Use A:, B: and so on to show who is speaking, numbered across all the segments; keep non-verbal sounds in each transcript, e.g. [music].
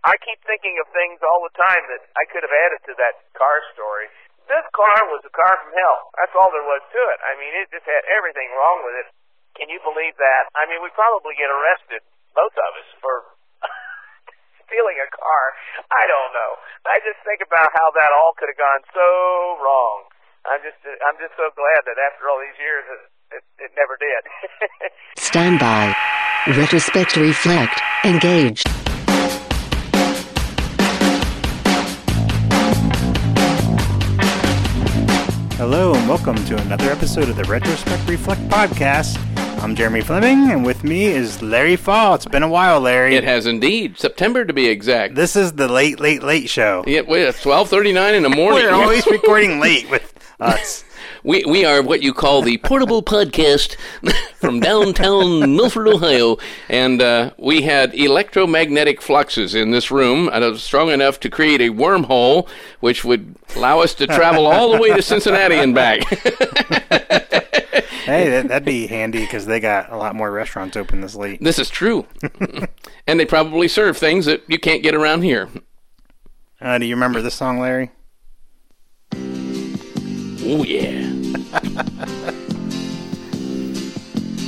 A: I keep thinking of things all the time that I could have added to that car story. This car was a car from hell. That's all there was to it. I mean, it just had everything wrong with it. Can you believe that? I mean, we probably get arrested, both of us, for [laughs] stealing a car. I don't know. I just think about how that all could have gone so wrong. I'm just, I'm just so glad that after all these years, it, it, it never did. [laughs]
B: Stand by. Retrospect, reflect, engage.
C: Hello and welcome to another episode of the Retrospect Reflect podcast. I'm Jeremy Fleming, and with me is Larry Fall. It's been a while, Larry.
D: It has indeed. September to be exact.
C: This is the late, late, late show.
D: [laughs] yeah, wait, it's twelve thirty nine in the morning.
C: We're always recording late
D: [laughs]
C: with us.
D: we we are what you call the portable podcast [laughs] from downtown Milford, Ohio, and uh, we had electromagnetic fluxes in this room, and it was strong enough to create a wormhole, which would allow us to travel all the way to Cincinnati and back. [laughs]
C: Hey, that, that'd be handy because they got a lot more restaurants open this late.
D: this is true, [laughs] and they probably serve things that you can't get around here.
C: Uh, do you remember this song, Larry?
D: Oh yeah.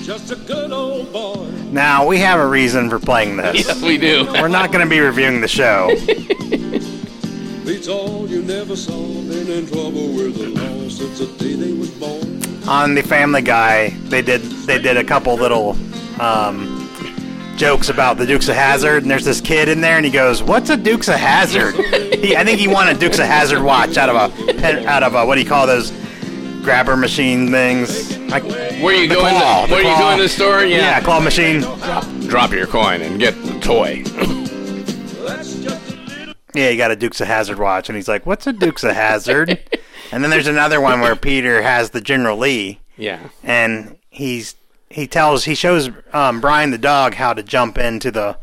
E: Just a good old boy.
C: Now we have a reason for playing this.
D: Yes, we do.
C: We're not going to be reviewing the show.
D: [laughs]
E: Beats all you never saw. Been in trouble with the law since the day they was born.
C: on the Family Guy, they did they did a couple little um, jokes about the Dukes of Hazard, and there's this kid in there, and he goes, "What's a Dukes of
D: [laughs]
C: Hazard?" he, I think he won a Dukes of Hazard watch out of a pen, out of a what do you call those grabber machine things? Like,
D: Where you
C: the
D: going?
C: claw,
D: where you
C: claw.
D: going? The store?
C: Yeah.
D: Yeah.
C: claw machine.
D: Drop your coin and get the toy.
E: That's just a little.
C: Yeah, he got a Dukes of Hazard watch, and he's like, "What's a Dukes of
D: [laughs]
C: Hazard?" and then there's another one where Peter has the General Lee.
D: yeah.
C: and he's he tells he shows um, Brian the dog how to jump into the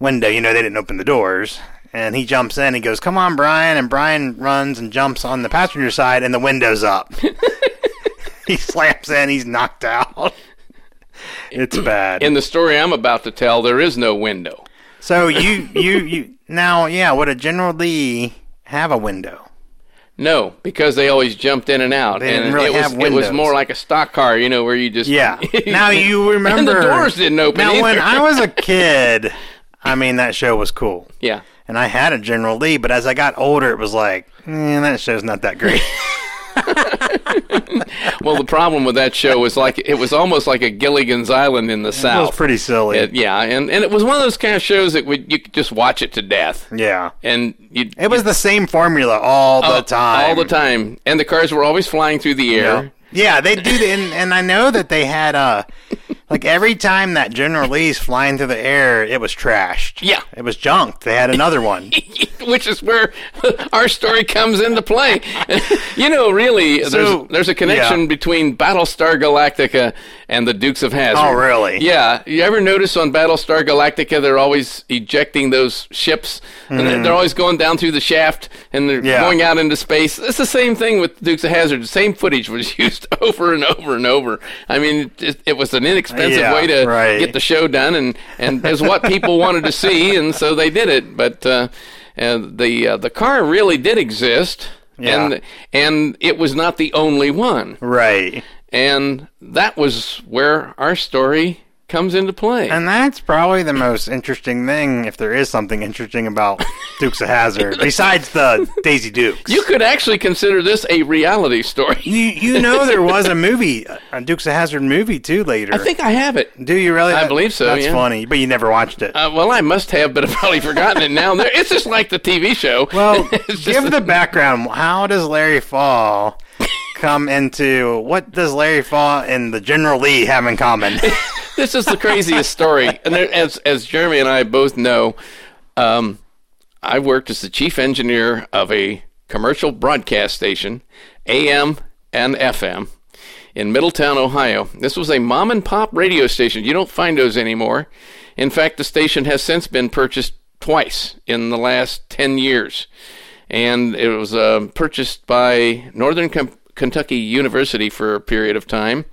C: window. You know they didn't open the doors, and he jumps in. He goes, "Come on, Brian!" And Brian runs and jumps on the passenger side, and the window's
D: [laughs]
C: up. he slams in. He's knocked out.
D: [clears throat]
C: It's bad.
D: In the story I'm about to tell, there is no window.
C: so you you you now yeah. Would a General Lee have a window?
D: No, because they always jumped in and out.
C: They didn't
D: and
C: really
D: it was,
C: have
D: It was
C: windows.
D: more like a stock car, you know, where you just [laughs]
C: Yeah. Now you remember.
D: and the doors didn't open.
C: Now when
D: either.
C: I was a kid, I mean that show was cool.
D: [laughs] yeah,
C: and I had a General Lee, but as I got older, it was like, man, that show's not that great. [laughs]
D: well, the problem with that show was like it was almost like a Gilligan's Island in the
C: it was
D: South.
C: pretty silly.
D: It- yeah, and and it was one of those kind of shows that would you could just watch it to death,
C: yeah.
D: and you
C: It was the same formula all the time.
D: Oh, all the time, and the cars were always flying through the air.
C: Yeah, yeah they do. The, and, and I know that they had, uh, like, every time that General Lee's flying through the air, it was trashed.
D: Yeah.
C: It was junked. They had another
D: [laughs]
C: one.
D: which is where our story comes into play. [laughs] you know, really,
C: So-
D: there's, there's a connection
C: yeah.
D: between Battlestar Galactica and the Dukes of Hazzard.
C: Oh, really?
D: Yeah. You ever notice on Battlestar Galactica they're always ejecting those ships, and they're- they're always going down through the shaft and they're
C: Hmm. Yeah.
D: going out into space. It's the same thing with Dukes of Hazzard. The same footage was [laughs] used over and over and over. I mean, it, it was an inexpensive
C: Yeah,
D: way to
C: right.
D: get the show done, and and is what
C: [laughs]
D: people wanted to see, and so they did it. But uh, uh, the uh, the car really did exist,
C: Yeah.
D: and and it was not the only one,
C: Right.
D: and that was where our story comes into play.
C: And that's probably the most interesting thing, if there is something interesting about Dukes of
D: [laughs]
C: Hazard, besides the Daisy Dukes.
D: you could actually consider this a reality story.
C: You you know there was a movie, a Dukes of Hazard movie too. Later,
D: [laughs] I think I have it.
C: Do you really?
D: I believe so,
C: That's
D: yeah.
C: funny, but you never watched it.
D: Uh, well, I must have, but I've probably forgotten it now. There, it's just like the TV show.
C: well,
D: [laughs] It's just-
C: give the background. How does Larry Fall come into what does Larry Fall and the General Lee have in
D: [laughs]
C: common?
D: this is the craziest story. And there, as as Jeremy and I both know, um, I worked as the chief engineer of a commercial broadcast station, AM and FM, in Middletown, Ohio. This was a mom and pop radio station. You don't find those anymore. In fact, the station has since been purchased twice in the last ten years, and it was um purchased by Northern. Com- Kentucky University for a period of time.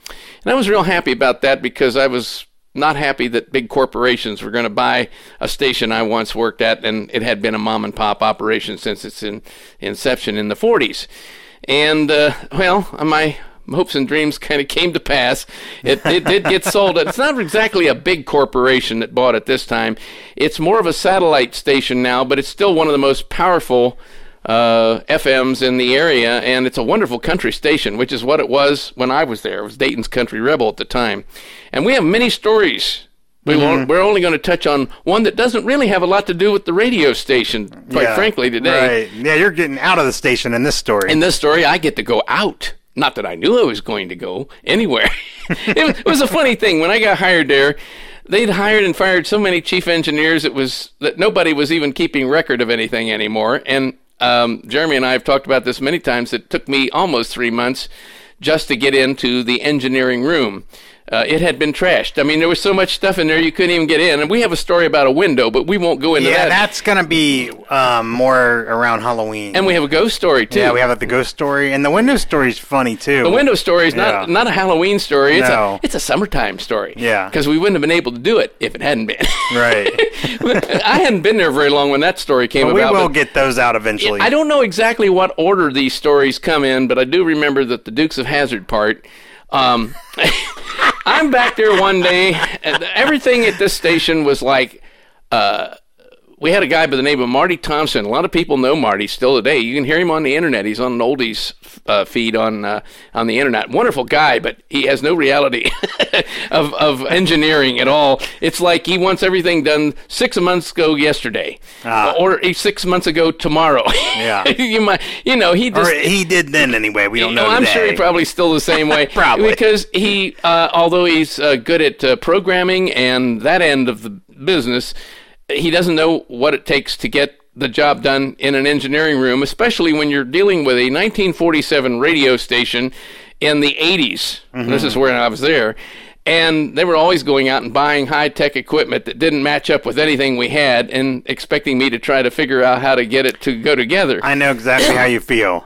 D: And I was real happy about that because I was not happy that big corporations were going to buy a station I once worked at, and it had been a mom and pop operation since its in, inception in the 40s. And uh, well, my hopes and dreams kind of came to pass. It, it did get sold. It's not exactly a big corporation that bought it this time. It's more of a satellite station now, but it's still one of the most powerful uh, FMs in the area, and it's a wonderful country station, which is what it was when I was there. It was Dayton's Country Rebel at the time, and we have many stories. We
C: Mm-hmm.
D: won't, we're only going to touch on one that doesn't really have a lot to do with the radio station, quite
C: Yeah,
D: frankly, today.
C: Right. Yeah, you're getting out of the station in this story.
D: In this story, I get to go out. Not that I knew I was going to go anywhere. [laughs] it, was, it was a funny thing when I got hired there. They'd hired and fired so many chief engineers it was that nobody was even keeping record of anything anymore. And um, Jeremy and I have talked about this many times. It took me almost three months just to get into the engineering room. Uh, it had been trashed. I mean, there was so much stuff in there you couldn't even get in. And we have a story about a window, but we won't go into
C: yeah,
D: that.
C: that's gonna be um, more around Halloween.
D: and we have a ghost story too.
C: yeah, we have like, the ghost story, and the window story's funny too.
D: The window story is not
C: Yeah.
D: not a Halloween story. It's
C: No.
D: a it's a summertime story.
C: Yeah.
D: because we wouldn't have been able to do it if it hadn't been. [laughs]
C: right?
D: I hadn't been there very long when that story came
C: But we
D: about.
C: will
D: but
C: get those out eventually.
D: I don't know exactly what order these stories come in, but I do remember that the Dukes of Hazard part. Um, [laughs] I'm back there one day. and Everything at this station was like. Uh, we had a guy by the name of Marty Thompson. A lot of people know Marty still today. You can hear him on the internet. He's on an oldies uh, feed on uh, on the internet. Wonderful guy, but he has no reality [laughs] of of engineering at all. It's like he wants everything done six months ago yesterday, or eh, six months ago tomorrow.
C: Ah. Yeah.
D: [laughs] you might, you know, he
C: Or
D: just
C: he did then anyway. We don't know.
D: no, oh, I'm
C: today.
D: sure he's probably still the same way.
C: [laughs] Probably.
D: because he, uh, although he's uh, good at uh, programming and that end of the business, he doesn't know what it takes to get the job done in an engineering room, especially when you're dealing with a 1947 radio station in the 80s. This is where I was there. And they were always going out and buying high tech equipment that didn't match up with anything we had and expecting me to try to figure out how to get it to go together
C: I know exactly how you feel.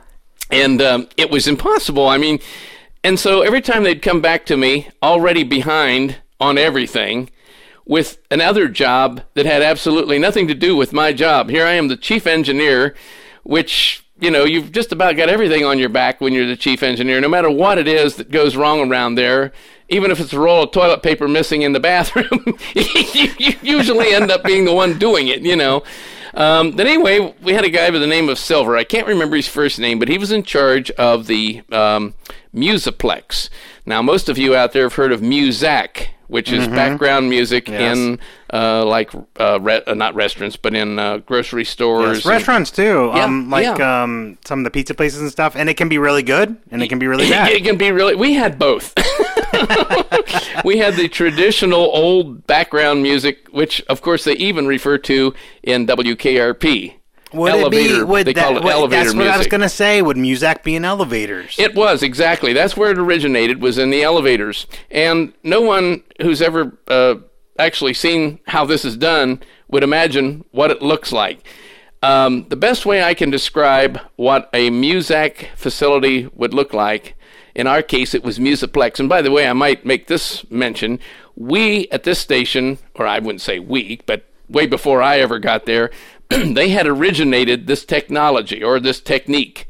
D: and um, it was impossible. I mean, and so every time they'd come back to me already behind on everything with another job that had absolutely nothing to do with my job. Here I am, the chief engineer, which you know you've just about got everything on your back when you're the chief engineer. No matter what it is that goes wrong around there, even if it's a roll of toilet paper missing in the bathroom, [laughs] you, you usually end up being the one doing it. You know. Um, but anyway, we had a guy by the name of Silver. I can't remember his first name, but he was in charge of the um, Musiplex. Now, most of you out there have heard of Muzak, which
C: Mm-hmm.
D: is background music in uh, like uh, re- uh, not restaurants, but in uh, grocery stores.
C: Yes,
D: and-
C: restaurants too.
D: Yeah,
C: um, like
D: yeah.
C: um, some of the pizza places and stuff, and it can be really good, and it can be
D: [coughs]
C: really bad.
D: It can be really. We had both. [laughs] we had the traditional old background music, which of course they even refer to in WKRP.
C: Would
D: elevator.
C: it be? Would
D: they
C: that,
D: call it
C: would-
D: elevator
C: That's
D: music.
C: what I was gonna say. Would Muzak be in elevators?
D: It was exactly. That's where it originated. Was in the elevators, and no one who's ever uh, actually seen how this is done would imagine what it looks like. Um, the best way I can describe what a Muzak facility would look like, in our case, it was Musiplex. And by the way, I might make this mention: we at this station, or I wouldn't say we, but way before I ever got there, [clears throat] they had originated this technology or this technique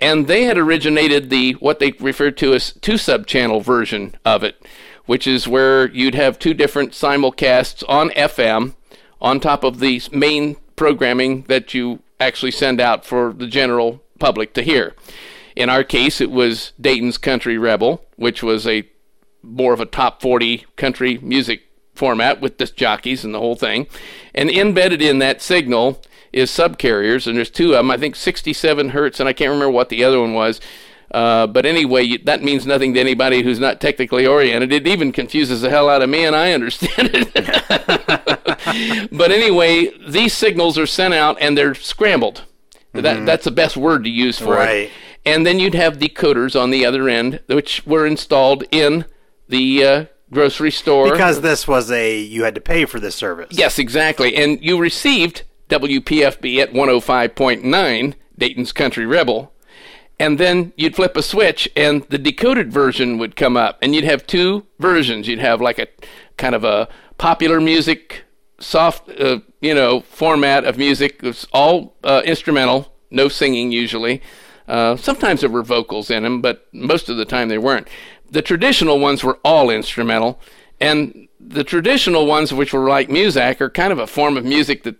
D: and they had originated the what they referred to as two sub channel version of it, which is where you'd have two different simulcasts on FM on top of the s- main programming that you actually send out for the general public to hear. In our case, it was Dayton's Country Rebel, which was a more of a top 40 country music format with disc jockeys and the whole thing. And embedded in that signal is subcarriers, and there's two of them, I think 67 hertz, and I can't remember what the other one was. Uh, but anyway, you, that means nothing to anybody who's not technically oriented. It even confuses the hell out of me, and I understand it. [laughs] but anyway, these signals are sent out and they're scrambled. That, that's the best word to use for
C: Right.
D: it. And then you'd have decoders on the other end, which were installed in the uh, grocery store.
C: because this was a you had to pay for this service.
D: yes, exactly. And you received WPFB at 105.9, Dayton's Country Rebel. And then you'd flip a switch, and the decoded version would come up, and you'd have two versions. You'd have like a kind of a popular music, soft, uh, you know, format of music. It's all uh, instrumental, no singing usually. Uh, sometimes there were vocals in them, but most of the time they weren't. The traditional ones were all instrumental, and the traditional ones, which were like Muzak, are kind of a form of music that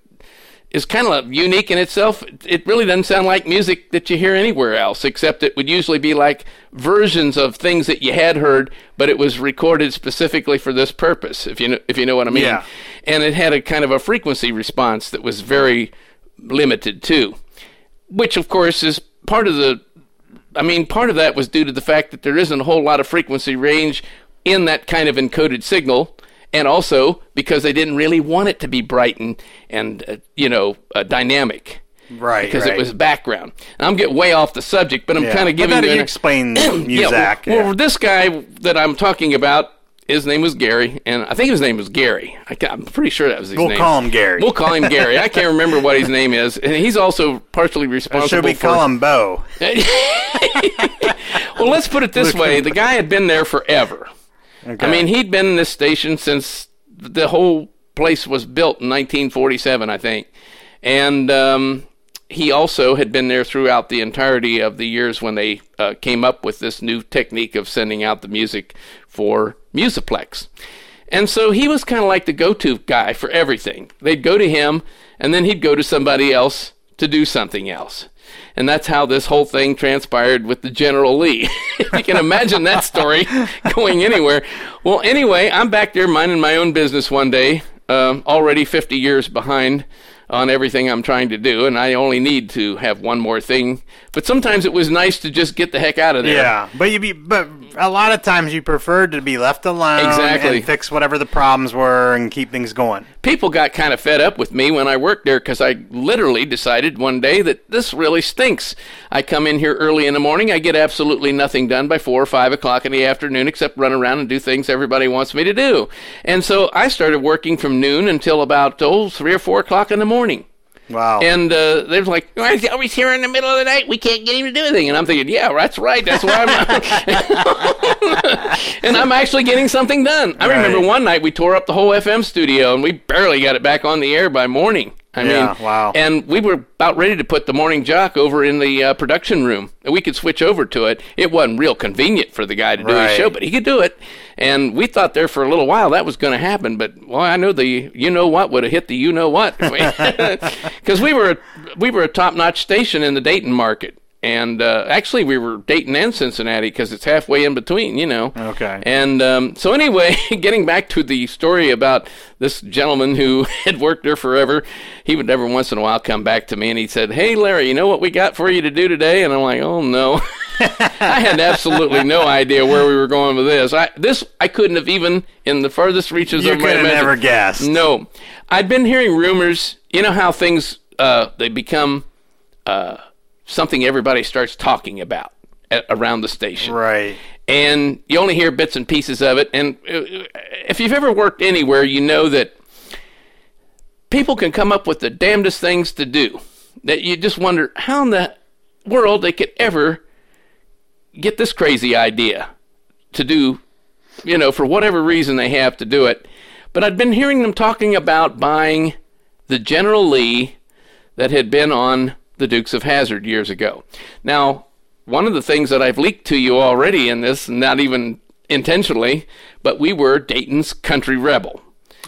D: is kind of unique in itself. It really doesn't sound like music that you hear anywhere else, except it would usually be like versions of things that you had heard, but it was recorded specifically for this purpose. If you know, if you know what I mean.
C: Yeah.
D: And it had a kind of a frequency response that was very limited too, which of course is part of the. I mean, part of that was due to the fact that there isn't a whole lot of frequency range in that kind of encoded signal and also because they didn't really want it to be bright and, and uh, you know uh, dynamic
C: Right,
D: because
C: right.
D: it was background. And I'm getting way off the subject, but I'm
C: Yeah.
D: kind
C: How
D: of giving
C: about
D: you,
C: you
D: an-
C: explain
D: [clears throat]
C: Muzak,
D: well, well,
C: yeah.
D: this guy that I'm talking about, his name was Gary, and I think his name was Gary. I, ca- I'm pretty sure that was his
C: We'll
D: name.
C: call him Gary.
D: We'll call him Gary. I can't remember what his name is, and he's also partially responsible.
C: Or should we
D: for,
C: call him Bo?
D: well, let's put it this
C: Look.
D: way: the guy had been there forever. I mean, he'd been in this station since the whole place was built in 1947, I think, and um, he also had been there throughout the entirety of the years when they uh, came up with this new technique of sending out the music for Musiplex. And so he was kind of like the go-to guy for everything. They'd go to him, and then he'd go to somebody else to do something else. And that's how this whole thing transpired with the General Lee. [laughs] if you can imagine that story [laughs] going anywhere. Well, anyway, I'm back there minding my own business one day, um, already 50 years behind on everything I'm trying to do, and I only need to have one more thing. But sometimes it was nice to just get the heck out of there.
C: Yeah, but you be, but a lot of times you preferred to be left alone
D: Exactly.
C: and fix whatever the problems were and keep things going.
D: people got kind of fed up with me when I worked there because I literally decided one day that this really stinks. I come in here early in the morning, I get absolutely nothing done by four or five o'clock in the afternoon except run around and do things everybody wants me to do. And so I started working from noon until about oh three or four o'clock in the morning.
C: Wow.
D: And uh, they're like, "Oh, he's always here in the middle of the night. We can't get him to do anything. And I'm thinking, yeah, that's right. That's why I'm. [laughs] and I'm actually getting something done. I remember
C: Right.
D: one night we tore up the whole FM studio and we barely got it back on the air by morning. I
C: Yeah,
D: mean,
C: wow.
D: And we were about ready to put the morning jock over in the uh, production room. And we could switch over to it. It wasn't real convenient for the guy to do his
C: Right.
D: show, but he could do it. And we thought there for a little while that was going to happen, but well, I know the you know what would have hit the you know what [laughs] because we were we were a top notch station in the Dayton market, and uh, actually we were Dayton and Cincinnati because it's halfway in between, you know.
C: Okay.
D: And um, so anyway, [laughs] getting back to the story about this gentleman who [laughs] had worked there forever, he would every once in a while come back to me and he said, "Hey Larry, you know what we got for you to do today?" And I'm like, "Oh no." [laughs] I had absolutely no idea where we were going with this. I this I couldn't have even in the furthest reaches
C: you
D: of my
C: could have
D: imagin-
C: never guessed.
D: No, I'd been hearing rumors. You know how things uh, they become uh, something everybody starts talking about at, around the station
C: Right.
D: and you only hear bits and pieces of it. And uh, if you've ever worked anywhere, you know that people can come up with the damnedest things to do that you just wonder how in the world they could ever get this crazy idea to do, you know, for whatever reason they have to do it. But I'd been hearing them talking about buying the General Lee that had been on the Dukes of Hazard years ago. Now, one of the things that I've leaked to you already in this, not even intentionally, but we were Dayton's country rebel,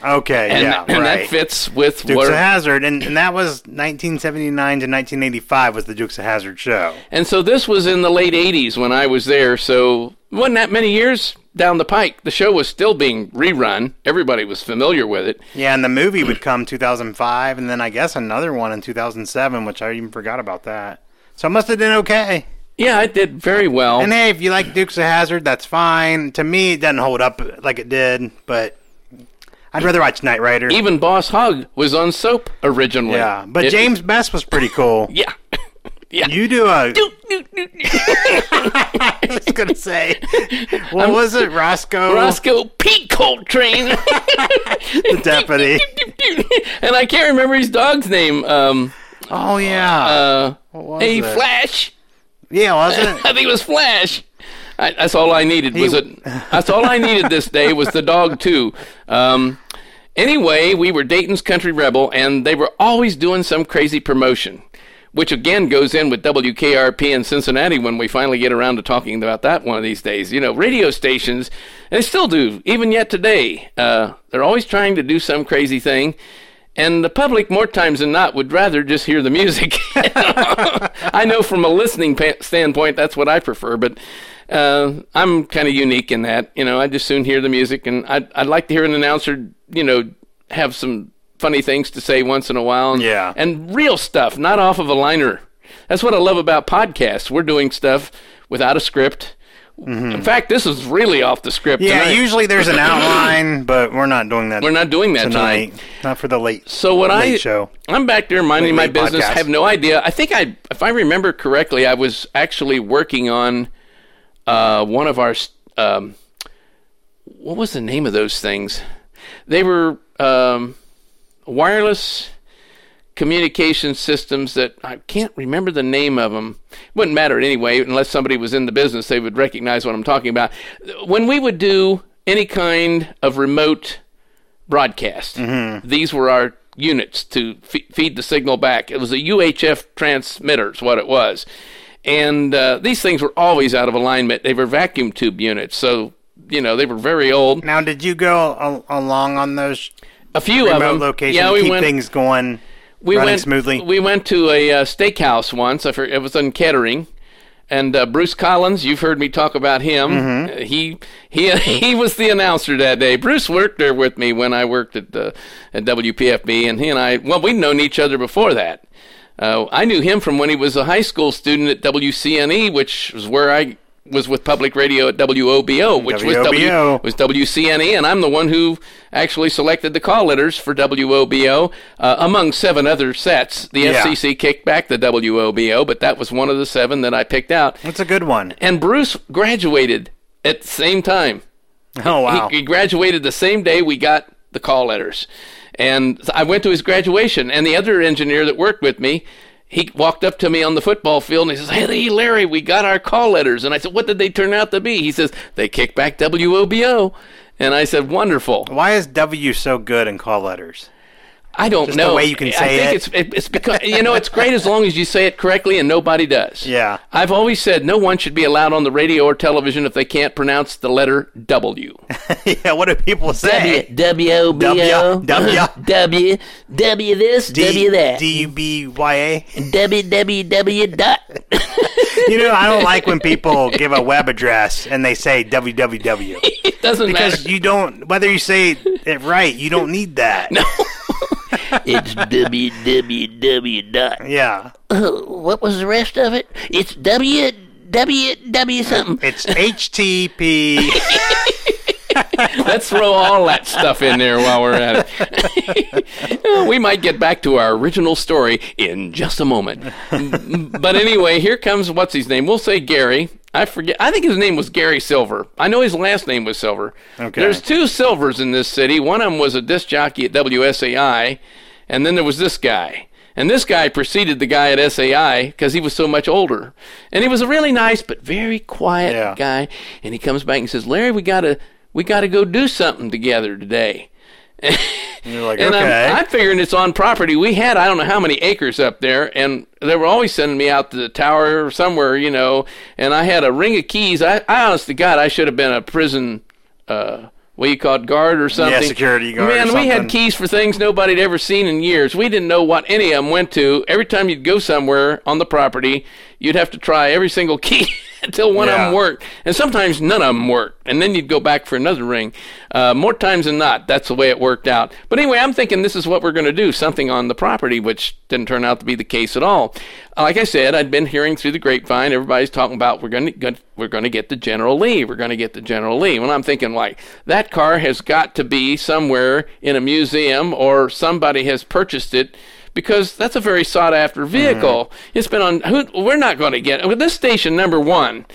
C: Okay.
D: and,
C: yeah.
D: and
C: right.
D: that fits with
C: Dukes
D: what.
C: of Hazard, and, and that was 1979 to 1985 was the Dukes of Hazard show.
D: And so this was in the late 80s when I was there, so wasn't that many years down the pike. The show was still being rerun. Everybody was familiar with it.
C: Yeah, and the movie would come 2005, and then I guess another one in 2007, which I even forgot about that. So I must have done okay.
D: Yeah, it did very well.
C: And hey, if you like Dukes of Hazard, that's fine. To me, it doesn't hold up like it did, but I'd rather watch Knight Rider.
D: Even Boss Hogg was on soap originally.
C: yeah, but
D: It-
C: James Best was pretty cool.
D: Yeah. [laughs] yeah.
C: You do
D: [laughs]
C: a. [laughs] I was gonna say, what was it, Roscoe?
D: Roscoe Pete [laughs] Coltrane.
C: the deputy.
D: [laughs] and I can't remember his dog's name. Um,
C: [laughs] Oh yeah,
D: uh,
C: What was
D: hey,
C: it?
D: Flash.
C: yeah, was it?
D: [laughs] I think it was Flash. I, that's all I needed was it. That's all I needed this day was the dog too. Um, anyway, we were Dayton's Country Rebel, and they were always doing some crazy promotion, which again goes in with WKRP in Cincinnati when we finally get around to talking about that one of these days. You know, radio stations, and they still do even yet today. Uh, they're always trying to do some crazy thing. And the public, more times than not, would rather just hear the music. [laughs] I know from a listening pa- standpoint, that's what I prefer, but uh, I'm kind of unique in that. You know, I just soon hear the music, and I'd, I'd like to hear an announcer, you know, have some funny things to say once in a while. And,
C: Yeah.
D: And real stuff, not off of a liner. That's what I love about podcasts. We're doing stuff without a script. In fact, this is really off the script.
C: Mm-hmm. Yeah,
D: tonight.
C: usually there's an outline, but we're not doing that.
D: We're not doing that
C: tonight. Not for the late.
D: So what
C: late
D: I
C: show.
D: I'm back there minding my
C: Late night
D: business.
C: podcast.
D: Have no idea. I think I, if I remember correctly, I was actually working on uh, one of our. s- Um, what was the name of those things? They were um, wireless communication systems that I can't remember the name of them. Wouldn't matter anyway, unless somebody was in the business, they would recognize what I'm talking about. When we would do any kind of remote broadcast,
C: Mm-hmm.
D: these were our units to fe feed the signal back. It was a UHF transmitter, is what it was. And uh, these things were always out of alignment. They were vacuum tube units, so you know they were very old.
C: Now, did you go a- along on those
D: A few of
C: remote
D: them,
C: locations?
D: yeah, we
C: keep
D: went.
C: things going.
D: we
C: running
D: went
C: smoothly.
D: We went to a uh, steakhouse once. I for, it was in Kettering, and uh, Bruce Collins. You've heard me talk about him.
C: Mm-hmm.
D: Uh, he he [laughs] he was the announcer that day. Bruce worked there with me when I worked at uh, at WPFB, and he and I well we'd known each other before that. Uh, I knew him from when he was a high school student at WCNE, E, which was where I was with public radio at WOBO, which was
C: WOBO.
D: W, was WCNE, and I'm the one who actually selected the call letters for WOBO, uh, among seven other sets. The
C: Yeah.
D: FCC kicked back the WOBO, but that was one of the seven that I picked out.
C: That's a good
D: [laughs]
C: one.
D: And Bruce graduated at the same time.
C: Oh wow!
D: He, he graduated the same day we got the call letters. And so I went to his graduation, and the other engineer that worked with me, he walked up to me on the football field and he says, Hey, Larry, we got our call letters. And I said, What did they turn out to be? He says, They kicked back WOBO. And I said, Wonderful.
C: Why is W so good in call letters? [laughs]
D: I don't
C: the
D: know.
C: way you can
D: I
C: say
D: think
C: it.
D: It's, it, it's because you know it's great as long as you say it correctly, and nobody does.
C: Yeah.
D: I've always said no one should be allowed on the radio or television if they can't pronounce the letter W.
C: yeah, what do people
F: W
C: say?
F: W O B O
C: W- W-
F: W W this W that
C: D U B Y A. [laughs]
F: W W W dot.
C: You know, I don't like when
D: [laughs]
C: people give a web address and they say www
D: It doesn't
C: because
D: matter.
C: you don't. Whether you say it right, you don't need
D: [laughs]
C: that.
F: It's W W W dot.
C: Yeah,
F: Oh, what was the rest of it? It's W W W something.
C: it's HTTP.
D: [laughs] Let's throw all that stuff in there while we're at it. [laughs] we might get back to our original story in just a moment. [laughs] but anyway, here comes what's his name? We'll say Gary. I forget. I think his name was Gary Silver. I know his last name was Silver.
C: Okay.
D: There's two Silvers in this city. One of them was a disc jockey at WSAI, and then there was this guy. And this guy preceded the guy at SAI because he was so much older. And he was a really nice but very quiet
C: Yeah.
D: guy guy, and he comes back and says, "Larry, we gotta we gotta go do something together today."
C: You're like,
D: And
C: okay.
D: I'm, I'm figuring it's on property we had. I don't know how many acres up there, and they were always sending me out to the tower or somewhere, you know. And I had a ring of keys. I, I honest to God, I should have been a prison. Uh, what do you call it, guard or something?
C: security guard or
D: Man, we had
C: something.
D: keys for things nobody'd ever seen in years. We didn't know what any of them went to. Every time you'd go somewhere on the property, you'd have to try every single [laughs] key until one of
C: Yeah.
D: them worked. And sometimes none of them worked. And then you'd go back for another ring. Uh, more times than not, that's the way it worked out. But anyway, I'm thinking this is what we're going to do something on the property, which didn't turn out to be the case at all. Uh, Like I said, I'd been hearing through the grapevine, everybody's talking about we're going to we're going to get the General Lee. We're going to get the General Lee. Well, I'm thinking like that car has got to be somewhere in a museum or somebody has purchased it because that's a very sought after vehicle. It's been on. Who, we're not going to get well, this station number one.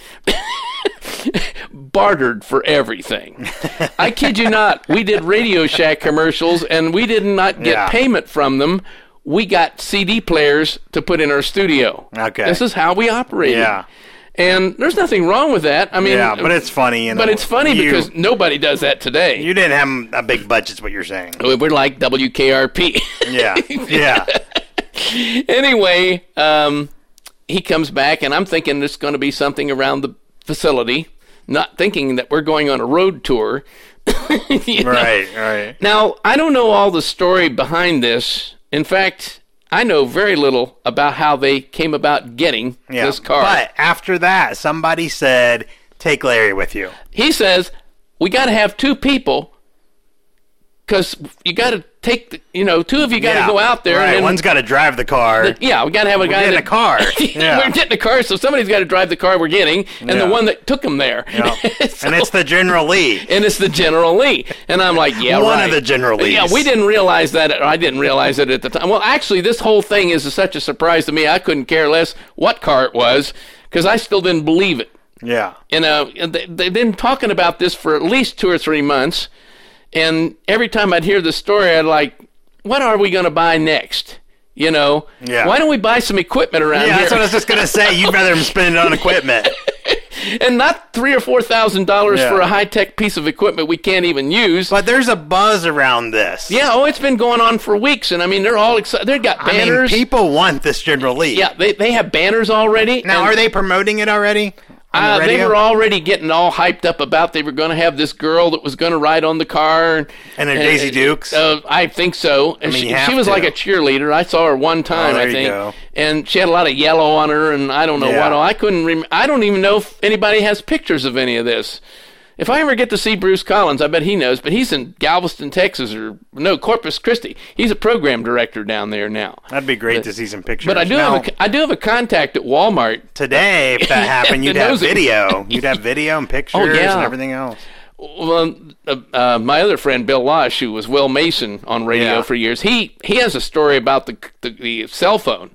D: bartered for everything. I kid you not. We did Radio Shack commercials, and we did not get
C: Yeah.
D: payment from them. We got CD players to put in our studio.
C: Okay.
D: This is how we operated.
C: Yeah.
D: And there's nothing wrong with that. I mean,
C: yeah, but it's funny. You know,
D: but it's funny
C: You-
D: because nobody does that today.
C: you didn't have a big budget. Is what you're saying?
D: We're like WKRP.
C: Yeah, yeah.
D: [laughs] anyway, um, he comes back, and I'm thinking there's going to be something around the facility, not thinking that we're going on a road tour. [laughs] You know?
C: Right, right.
D: Now, I don't know all the story behind this. In fact, I know very little about how they came about getting
C: Yeah.
D: this car.
C: But after that, somebody said, "Take Larry with you."
D: he says we got to have two people because you got to take the, you know two of you got to
C: yeah.
D: go out there
C: Right.
D: and then-
C: One's got to drive the car.
D: [laughs] yeah we got to have a guy
C: get in
D: that-
C: a
D: [laughs]
C: car. Yeah.
D: we're getting a car so somebody's got to drive the car we're getting and the
C: Yeah.
D: one that took him there
C: Yeah.
D: [laughs] So-
C: and it's the General Lee.
D: and it's the General Lee. And I'm like, yeah,
C: One of
D: right.
C: the General Lees.
D: Yeah, we didn't realize that. Or I didn't realize it at the time. Well, actually, this whole thing is such a surprise to me. I couldn't care less what car it was because I still didn't believe it.
C: Yeah.
D: You know, and they, they've been talking about this for at least two or three months. And every time I'd hear the story, I'd like, what are we going to buy next? You know,
C: Yeah.
D: why don't we buy some equipment around
C: Yeah,
D: here?
C: that's what I was just gonna say. You'd rather him spend it on
D: [laughs]
C: equipment.
D: and not three or four thousand dollars
C: Yeah.
D: for a high tech piece of equipment we can't even use.
C: But there's a buzz around this.
D: Yeah, oh, it's been going on for weeks, and I mean, they're all excited. They've got
C: I mean,
D: banners.
C: people want this General Lee.
D: yeah, they, they have banners already.
C: Now,
D: and,
C: are they promoting it already? On
D: Uh,
C: the
D: they
C: radio?
D: were already getting all hyped up about they were going to have this girl that was going to ride on the car. And,
C: And they're Daisy Dukes?
D: Uh, I think so. And
C: mean,
D: she,
C: you have
D: she was
C: to.
D: like a cheerleader. I saw her one time,
C: Oh, there
D: I
C: you
D: think.
C: go.
D: And she had a lot of yellow on her, and I don't know
C: Yeah.
D: what. all. I couldn't. Rem- I don't even know if anybody has pictures of any of this. If I ever get to see Bruce Collins, I bet he knows, but he's in Galveston, Texas, or no, Corpus Christi. He's a program director down there now.
C: That'd be great to see some pictures.
D: But I do
C: Now,
D: have a, I do have a contact at Walmart.
C: today, if
D: [laughs]
C: that happened, you'd
D: That
C: have
D: knows it. Oh,
C: video. You'd have video
D: [laughs]
C: and pictures
D: yeah.
C: and everything else.
D: Well, uh, uh, my other friend Bill Losh, who was Will Mason on radio
C: Yeah.
D: for years, he he has a story about the the, the cell phone,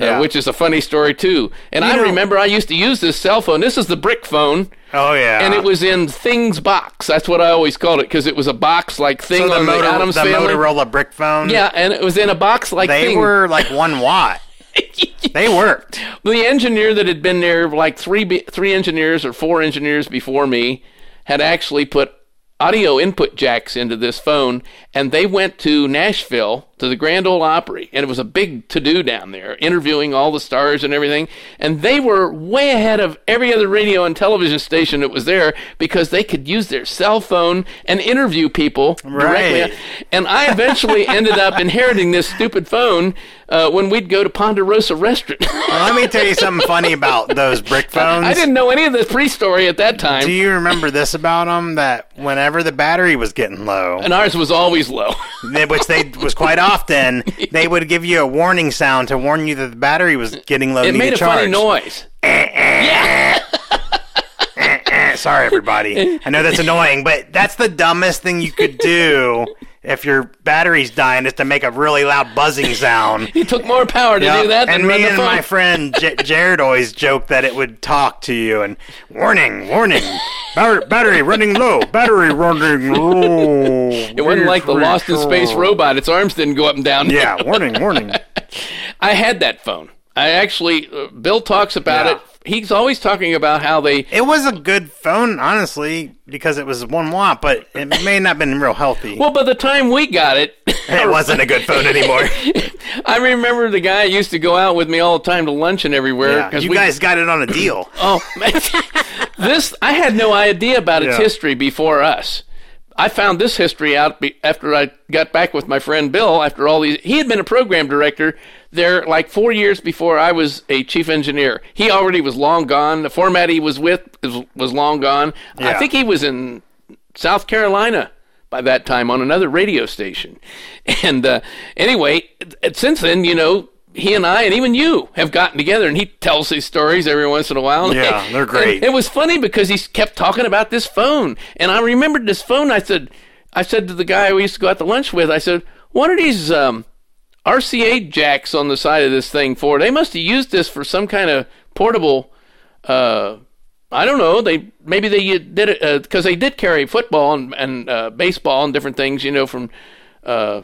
D: uh,
C: Yeah.
D: which is a funny story too. And I
C: know-
D: remember I used to use this cell phone. This is the brick phone.
C: Oh yeah.
D: And it was in Things box. That's what I always called it because it was a box like thing
C: so the,
D: on
C: Motor-
D: the Adams
C: the
D: family.
C: Motorola brick phone.
D: Yeah, and it was in a box like
C: They
D: thing.
C: were like one watt.
D: [laughs]
C: they worked.
D: the engineer that had been there like three be- three engineers or four engineers before me had actually put audio input jacks into this phone and they went to Nashville to the Grand Ole Opry and it was a big to do down there interviewing all the stars and everything and they were way ahead of every other radio and television station that was there because they could use their cell phone and interview people
C: Right.
D: directly and I eventually ended up inheriting this stupid phone uh, when we'd go to Ponderosa restaurant [laughs]
C: Well, let me tell you something funny about those brick phones.
D: I didn't know any of the pre-story at that time,
C: Do you remember this about them? That whenever the battery was getting low,
D: and ours was
C: [laughs]
D: always low.
C: they- which they was quite often, they would give you a warning sound to warn you that the battery was getting low.
D: it
C: and
D: made a
C: needed charge.
D: funny noise.
C: Eh, Sorry, everybody. I know that's annoying, but that's the dumbest thing you could do if your battery's dying is to make a really loud buzzing
D: [laughs]
C: sound.
D: It took more power to
C: Yeah,
D: do that
C: and
D: than run
C: me
D: the
C: and
D: phone.
C: my friend J- Jared always joked that it would talk to you and warning, warning, bat- battery running low, battery running low.
D: it wasn't like the Lost in Space robot; its arms didn't go up and down.
C: Yeah, warning, warning.
D: I had that phone. I actually, uh, Bill talks about
C: Yeah.
D: it. He's always talking about how they
C: It was a good phone, honestly, because it was one watt, but it may not have been real healthy.
D: Well, by the time we got it, [laughs]
C: it wasn't a good phone anymore.
D: I remember the guy used to go out with me all the time to lunch and everywhere.
C: Yeah,
D: 'cause
C: you
D: we-
C: guys got it on a deal.
D: Oh, man. this I had no idea about its
C: Yeah.
D: history before us. I found this history out be, after I got back with my friend Bill. After all these, he had been a program director there like four years before I was a chief engineer. He already was long gone. The format he was with is, was long gone. I
C: Yeah.
D: think he was in South Carolina by that time on another radio station. [laughs] And uh, anyway, it- since then, you know, he and I, and even you, have gotten together, and he tells these stories every once in a while.
C: Yeah, they're great.
D: And it was funny because he kept talking about this phone, and I remembered this phone. I said, I said to the guy we used to go out to lunch with, I said, "What are these um, RCA jacks on the side of this thing for? They must have used this for some kind of portable." Uh, I don't know. They maybe they uh, did it because they did uh, carry football and, and uh, baseball and different things, you know, from uh,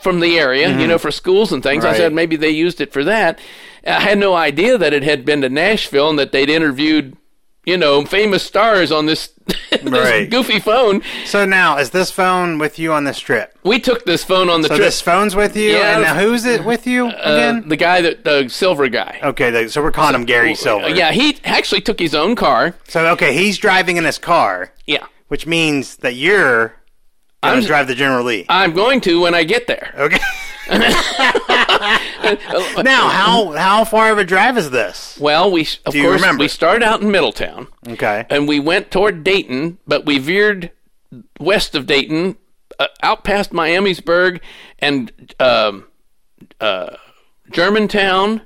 D: from the area, you know, for schools and things. I
C: Mm-hmm. Right.
D: said maybe they used it for that. I had no idea that it had been to Nashville and that they'd interviewed, you know, famous stars on this, [laughs] this
C: Right.
D: goofy phone.
C: So now, is this phone with you on this trip?
D: We took this phone on the
C: So
D: trip.
C: this phone's with you,
D: Yeah.
C: and now who's it with you
D: uh,
C: again?
D: the guy that the silver guy.
C: okay, they- so we're calling him Gary Oh, Silver.
D: Yeah, he actually took his own car.
C: So okay, he's driving in his car,
D: Yeah.
C: which means that you're gonna
D: I'm-
C: drive the General Lee.
D: I'm going to when I get there. [laughs]
C: okay. [laughs] now, how how far of a drive is this?
D: Well, we s- of
C: Do you
D: course
C: remember?
D: we started out in Middletown
C: Okay.
D: and we went toward Dayton, but we veered west of Dayton, uh, out past Miamisburg and um, uh, Germantown,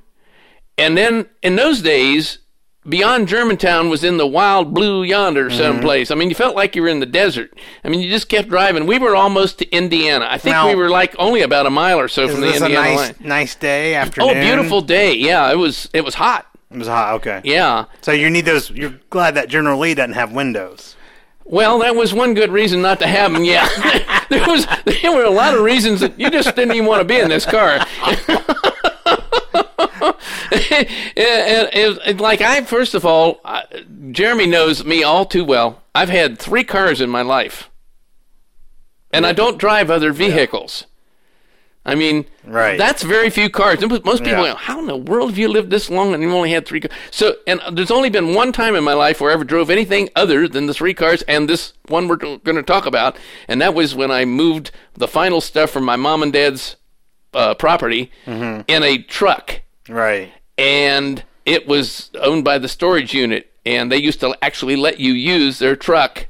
D: and then in those days. Beyond Germantown was in the wild blue yonder
C: Mm-hmm.
D: someplace. I mean, you felt like you were in the desert. I mean, you just kept driving. We were almost to Indiana. I think
C: Now-
D: we were like only about a mile or so
C: Is
D: from the
C: this a
D: Indiana
C: nice
D: line.
C: nice day afternoon?
D: Oh, beautiful day. Yeah, it was. It was hot.
C: It was hot. Okay.
D: Yeah.
C: So you need those. You're glad that General Lee doesn't have windows.
D: Well, that was one good reason not to have them. Yeah, [laughs] there was there were a lot of reasons that you just didn't even want to be in this car. [laughs] and, and- and- and like I, first of all, I, Jeremy knows me all too well. I've had three cars in my life, and I don't drive other vehicles. I mean,
C: Right.
D: That's very few cars. And Most people
C: Yeah.
D: go, "How in the world have you lived this long and you only had three cars?" So, and there's only been one time in my life where I ever drove anything other than the three cars and this one we're going to talk about, and that was when I moved the final stuff from my mom and dad's uh, property in a truck
C: Right.
D: and it was owned by the storage unit and they used to actually let you use their truck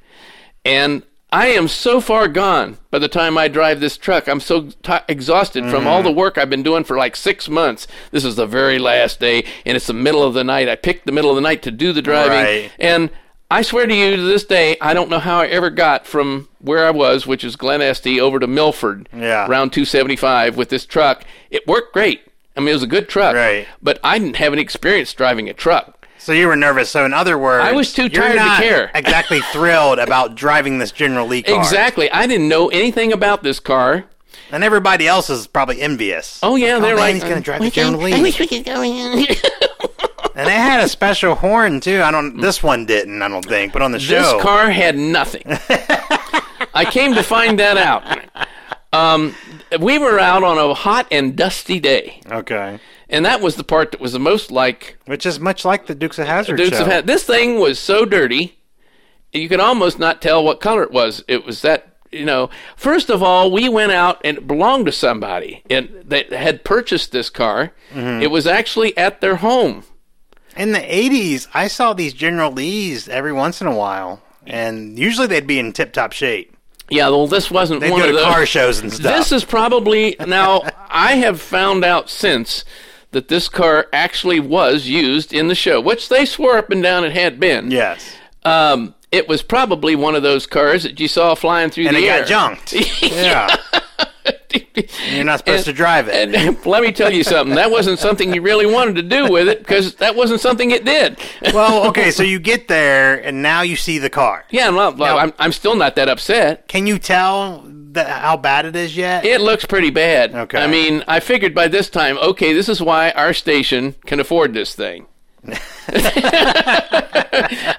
D: and i am so far gone by the time i drive this truck i'm so t- exhausted from all
C: Mm-hmm.
D: the work i've been doing for like six months this is the very last day and it's the middle of the night i picked the middle of the night to do the driving
C: Right.
D: and i swear to you to this day i don't know how i ever got from where i was which is glen estee over to milford
C: Yeah.
D: around 275 with this truck it worked great i mean it was a good truck
C: Right.
D: but I didn't have any experience driving a truck.
C: So you were nervous. So in other words,
D: I was too
C: you're
D: tired to
C: not
D: care.
C: [laughs] exactly thrilled about driving this General Lee car.
D: Exactly. I didn't know anything about this car.
C: And everybody else is probably envious.
D: Oh yeah,
C: man,
D: they're like
C: he's gonna drive the
F: We can,
C: General
D: [laughs]
F: I
C: Lee.
F: wish [laughs] we could go in.
C: And they had a special horn too. I don't. This one didn't. I don't think. But on the
D: this
C: show,
D: car
C: [laughs]
D: had nothing. I came to find that out. Um, we were out on a hot and dusty day,
C: okay,
D: and that was the part that was the most like
C: which is much like the Dukes of Hazard
D: dudes
C: show.
D: have had. This thing was so dirty, you could almost not tell what color it was. It was that you know. First of all, we went out and it belonged to somebody and that had purchased this car.
C: Mm-hmm.
D: It was actually at their home.
C: in the '80s, I saw these General Lees every once in a while, and usually they'd be in tip-top shape.
D: Yeah, well, this wasn't
C: They'd
D: one
C: go
D: of
C: to
D: those.
C: car shows and stuff.
D: This is probably now. I have found out since that this car actually was used in the show, which they swore up and down it had been.
C: yes,
D: Um, it was probably one of those cars that you saw flying through
C: and
D: the
C: it
D: air.
C: got junked.
D: [laughs]
C: yeah, you're not supposed to drive it.
D: And [laughs] let me tell you something. That wasn't something you really wanted to do with it because that wasn't something it did.
C: well, okay, so you get there, and now you see the car.
D: yeah, well, well, I'm, I'm still not that upset.
C: Can you tell the, how bad it is yet?
D: It looks pretty bad.
C: Okay.
D: I mean, I figured by this time, okay, this is why our station can afford this thing. [laughs]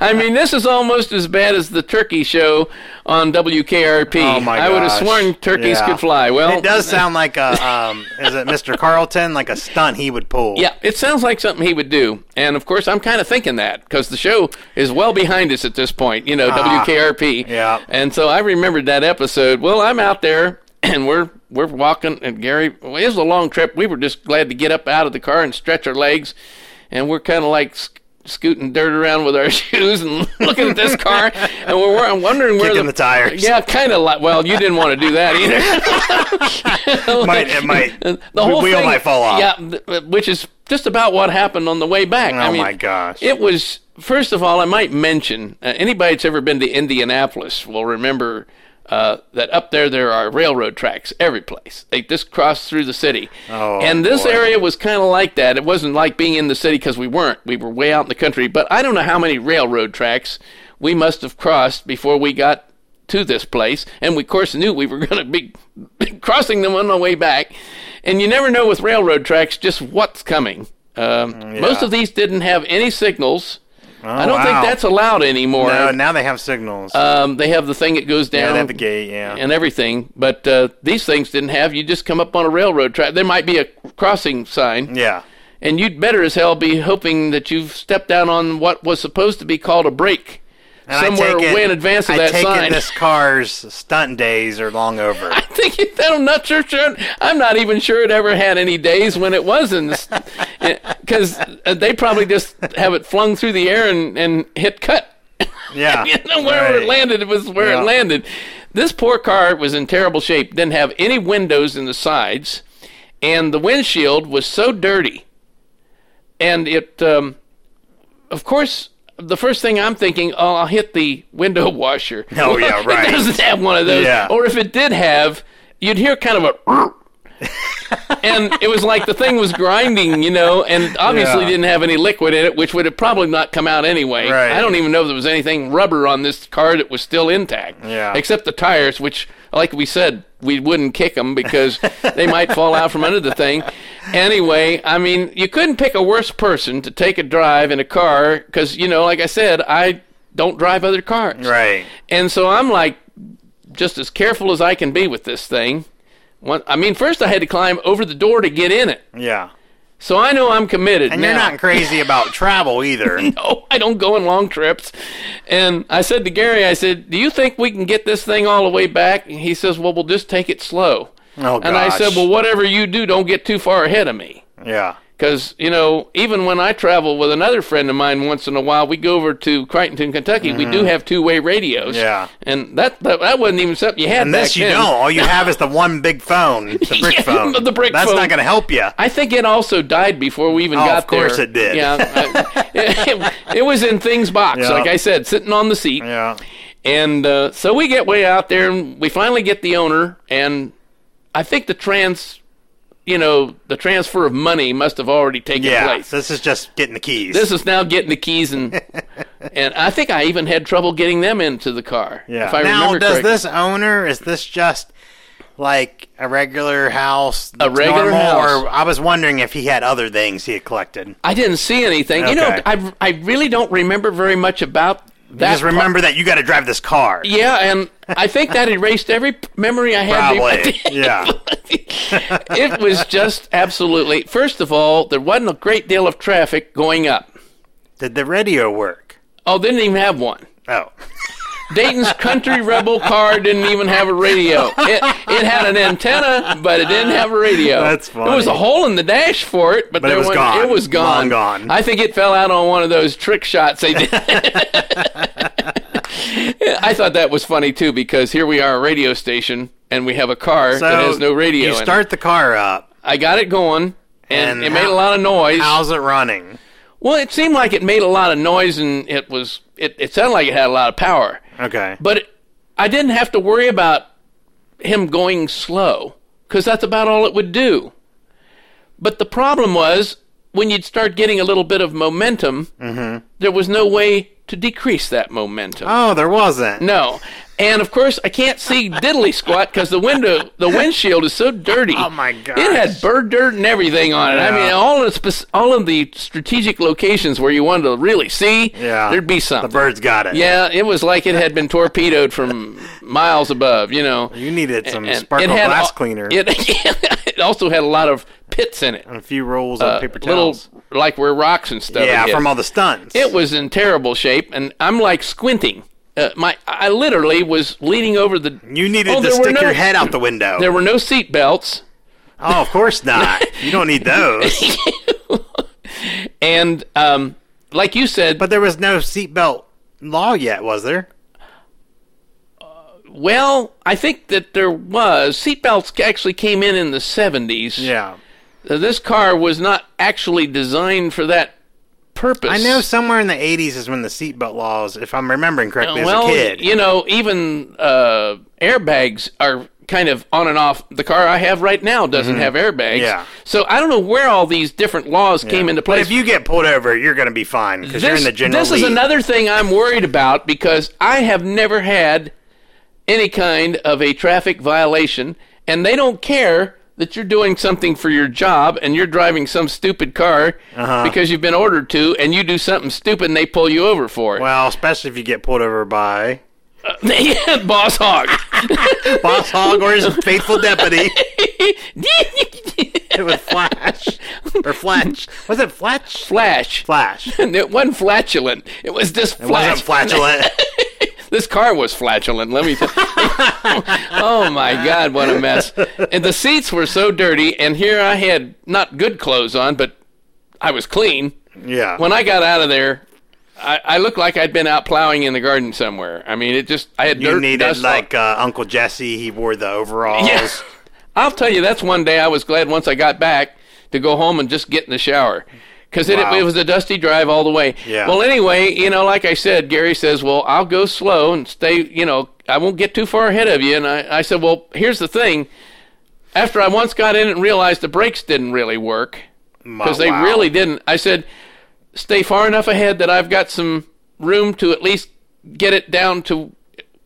D: I mean, this is almost as bad as the turkey show on WKRP.
C: Oh my
D: I would have
C: gosh.
D: sworn turkeys
C: Yeah.
D: could fly. Well,
C: It does sound like a um, is it Mr. Carlton like a stunt he would pull?
D: Yeah, it sounds like something he would do. And of course, I'm kind of thinking that because the show is well behind us at this point, you know, WKRP.
C: Ah. yeah.
D: And so I remembered that episode. Well, I'm out there [clears throat] and we're we're walking and Gary, well, it was a long trip. We were just glad to get up out of the car and stretch our legs. And we're kind of like sc- scooting dirt around with our [laughs] shoes and looking at this car. And we're, we're I'm wondering where
C: Kicking the tires.
D: Yeah, kind of like, well, you didn't want to do that
C: [laughs]
D: either. [laughs]
C: Might- it might-
D: The
C: the
D: whole
C: wheel
D: thing-
C: might fall off.
D: Yeah, th- uh, which is just about what happened on the way back.
C: Oh
D: I mean,
C: my gosh.
D: It was first of all, I might mention uh, anybody that's ever been to Indianapolis will remember uh, that up there there are railroad tracks every place. They just cross through the city,
C: Oh,
D: and this
C: boy.
D: area was kind of like that. It wasn't like being in the city because we weren't. We were way out in the country, but I don't know how many railroad tracks we must have crossed before we got to this place, and we of course knew we were [laughs] going to be crossing them on the way back. And you never know with railroad tracks just what's coming. Um,
C: Mm,
D: Most of these didn't have any signals. I don't
C: Oh, wow.
D: think that's allowed anymore.
C: No, now they have signals.
D: um, they have the thing that goes down
C: yeah, they have the gate. Yeah.
D: and everything, but uh, these things didn't have. You just come up on a railroad track. There might be a crossing sign,
C: yeah.
D: and you'd better as hell be hoping that you've stepped down on what was supposed to be called a break [laughs]
C: And
D: somewhere
C: I take it,
D: way in advance of
C: I
D: that
C: take
D: sign.
C: It this car's stunt days are long over.
D: [laughs] I think it, I'm not sure, sure. I'm not even sure it ever had any days when it wasn't, [laughs] because they probably just have it flung through the air and, and hit cut. [laughs]
C: Yeah.
D: you know, wherever it
C: Right.
D: landed, it was where
C: Yeah.
D: it landed. This poor car was in terrible shape, didn't have any windows in the sides, and the windshield was so dirty. And it, um, of course, the first thing I'm thinking, oh, I'll hit the window [laughs] washer.
C: Oh, yeah, right.
D: [laughs] it doesn't have one of those.
C: Yeah.
D: Or if it did have, you'd hear kind of
C: [laughs]
D: a. and it was like the thing was grinding, you know, and obviously
C: Yeah.
D: didn't have any liquid in it, which would have probably not come out anyway.
C: Right.
D: I don't even know if there was anything rubber on this car that was still intact.
C: Yeah.
D: Except the tires, which, like we said, we wouldn't kick
C: [laughs]
D: them because they might fall out from under the thing. Anyway, I mean, you couldn't pick a worse person to take a drive in a car because, you know, like I said, I don't drive other cars.
C: Right.
D: And so I'm like, just as careful as I can be with this thing. One, I mean, first I had to climb over the door to get in it.
C: Yeah.
D: So I know I'm committed.
C: And
D: now.
C: you're not crazy about travel
D: [laughs]
C: either.
D: No, I don't go on long trips. And I said to Gary, I said, Do you think we can get this thing all the way back? And he says, Well, we'll just take it slow.
C: Oh,
D: and I
C: gosh.
D: said, Well, whatever you do, don't get too far ahead of me.
C: Yeah.
D: Because, you know, even when I travel with another friend of mine once in a while, we go over to Crichtonton, Kentucky. We do have two way radios.
C: Mm-hmm. Yeah.
D: And that, that that wasn't even something you had
C: Unless
D: back
C: you
D: then.
C: don't, all you have is the one big phone,
D: [laughs]
C: the brick
D: Yeah,
C: phone.
D: the brick
C: That's
D: phone.
C: not going to help you.
D: I think it also died before we even
C: Oh,
D: got
C: of course
D: there.
C: it did.
D: Yeah, I- [laughs] it, it was in things
C: [laughs]
D: box,
C: Yeah.
D: like I said, sitting on the seat.
C: Yeah.
D: And uh, so we get way out there, and we finally get the owner. And I think the trans, you know, the transfer of money must have already taken
C: Yeah.
D: place.
C: This is just getting the keys.
D: This is now getting the
C: [laughs]
D: keys, and and I think I even had trouble getting them into the car.
C: yeah.
D: If I
C: now,
D: remember
C: does
D: correctly.
C: this owner, is this just like a regular house? that's
D: regular
C: normal,
D: house.
C: Or I was wondering if he had other things he had collected.
D: I didn't see anything. You know,
C: Okay.
D: I I really don't remember very much about that.
C: Just
D: part.
C: remember that you got to drive this car.
D: Yeah, and I think that erased every p- memory I had. [laughs]
C: Probably. yeah.
D: it was just absolutely. First of all, there wasn't a great deal of traffic going up.
C: Did the radio work?
D: Oh, they didn't even have one.
C: Oh.
D: Dayton's Country Rebel car didn't even have a radio. It, it had an antenna, but it didn't have a radio.
C: That's
D: There was a
C: funny.
D: hole in the dash for it, but,
C: But it
D: there
C: was
D: wasn't-
C: gone.
D: It was gone.
C: Long gone.
D: I think it fell out on one of those trick shots they did. [laughs] I thought that was funny too because here we are, a radio station, and we have a car that has no radio.
C: You
D: in it.
C: start the car up.
D: I got it going, and,
C: And
D: it made
C: how-
D: a lot of noise.
C: How's it running?
D: Well, it seemed like it made a lot of noise, and it was it, it sounded like it had a lot of power.
C: Okay.
D: But it, I didn't have to worry about him going slow because that's about all it would do. But the problem was when you'd start getting a little bit of momentum,
C: Mm-hmm.
D: there was no way to decrease that momentum.
C: oh, there wasn't.
D: No. And of course, I can't see diddly squat because the window, the windshield is so dirty.
C: Oh, my gosh.
D: It had bird dirt and everything on it. I mean,
C: Yeah.
D: all of the spec- all of the strategic locations where you wanted to really see,
C: Yeah.
D: there'd be
C: The
D: something.
C: birds got it.
D: yeah, it was like it had been torpedoed from miles above. You know,
C: You needed some
D: And
C: sparkle
D: had
C: glass
D: al-
C: cleaner
D: It, [laughs] it also had a lot of pits in it,
C: and a few rolls of paper
D: Uh, little
C: towels.
D: like where rocks and stuff.
C: yeah,
D: had hit.
C: from all the stunts.
D: It was in terrible shape, and I'm like squinting. Uh, my, I literally was leaning over the.
C: you needed
D: Oh,
C: to
D: there were
C: stick
D: no-
C: your head out the window.
D: There were no seat belts,
C: oh, of
D: [laughs]
C: course not. you don't need those.
D: and um, like you said,
C: But there was no seatbelt law yet, was there?
D: well, I think that there was seat belts actually came in in the 70s.
C: Yeah.
D: Uh, this car was not actually designed for that purpose.
C: I know somewhere in the 80s is when the seatbelt laws, if I'm remembering
D: Uh,
C: correctly,
D: well,
C: as a kid.
D: you know, even uh, airbags are kind of on and off. The car I have right now doesn't have airbags.
C: Mm-hmm. Yeah.
D: So I don't know where all these different laws came into
C: but
D: place.
C: if you get pulled over, you're going to be fine because you're in the general
D: this is
C: lead.
D: another thing I'm worried about because I have never had any kind of a traffic violation, and they don't care that you're doing something for your job and you're driving some stupid car
C: Uh-huh.
D: because you've been ordered to, and you do something stupid and they pull you over for it.
C: Well, especially if you get pulled over by
D: [laughs] Yeah, Boss Hog.
C: Boss Hog or his faithful
D: [laughs]
C: deputy with Flash or Flatch. Was it Flatch?
D: Flash.
C: Flash. It
D: It wasn't flatulent. It was just
C: wasn't
D: flash.
C: flatulent.
D: [laughs] this car was flatulent. Let me. T- [laughs] oh my God, what a mess! And the seats were so dirty. And here I had not good clothes on, but I was clean.
C: yeah.
D: When I got out of there, I, I looked like I'd been out plowing in the garden somewhere. I mean, it just I had
C: you
D: dirt
C: needed
D: dust all-
C: like uh, Uncle Jesse. He wore the overalls. [laughs]
D: Yeah. I'll tell you, that's one day I was glad once I got back to go home and just get in the shower. Because it,
C: Wow.
D: it was a dusty drive all the way.
C: Yeah.
D: Well, anyway, you know, like I said, Gary says, well, I'll go slow and stay, you know, I won't get too far ahead of you. And I, I said, well, here's the thing. After I once got in and realized the brakes didn't really work, because they
C: Wow.
D: really didn't, I said, stay far enough ahead that I've got some room to at least get it down to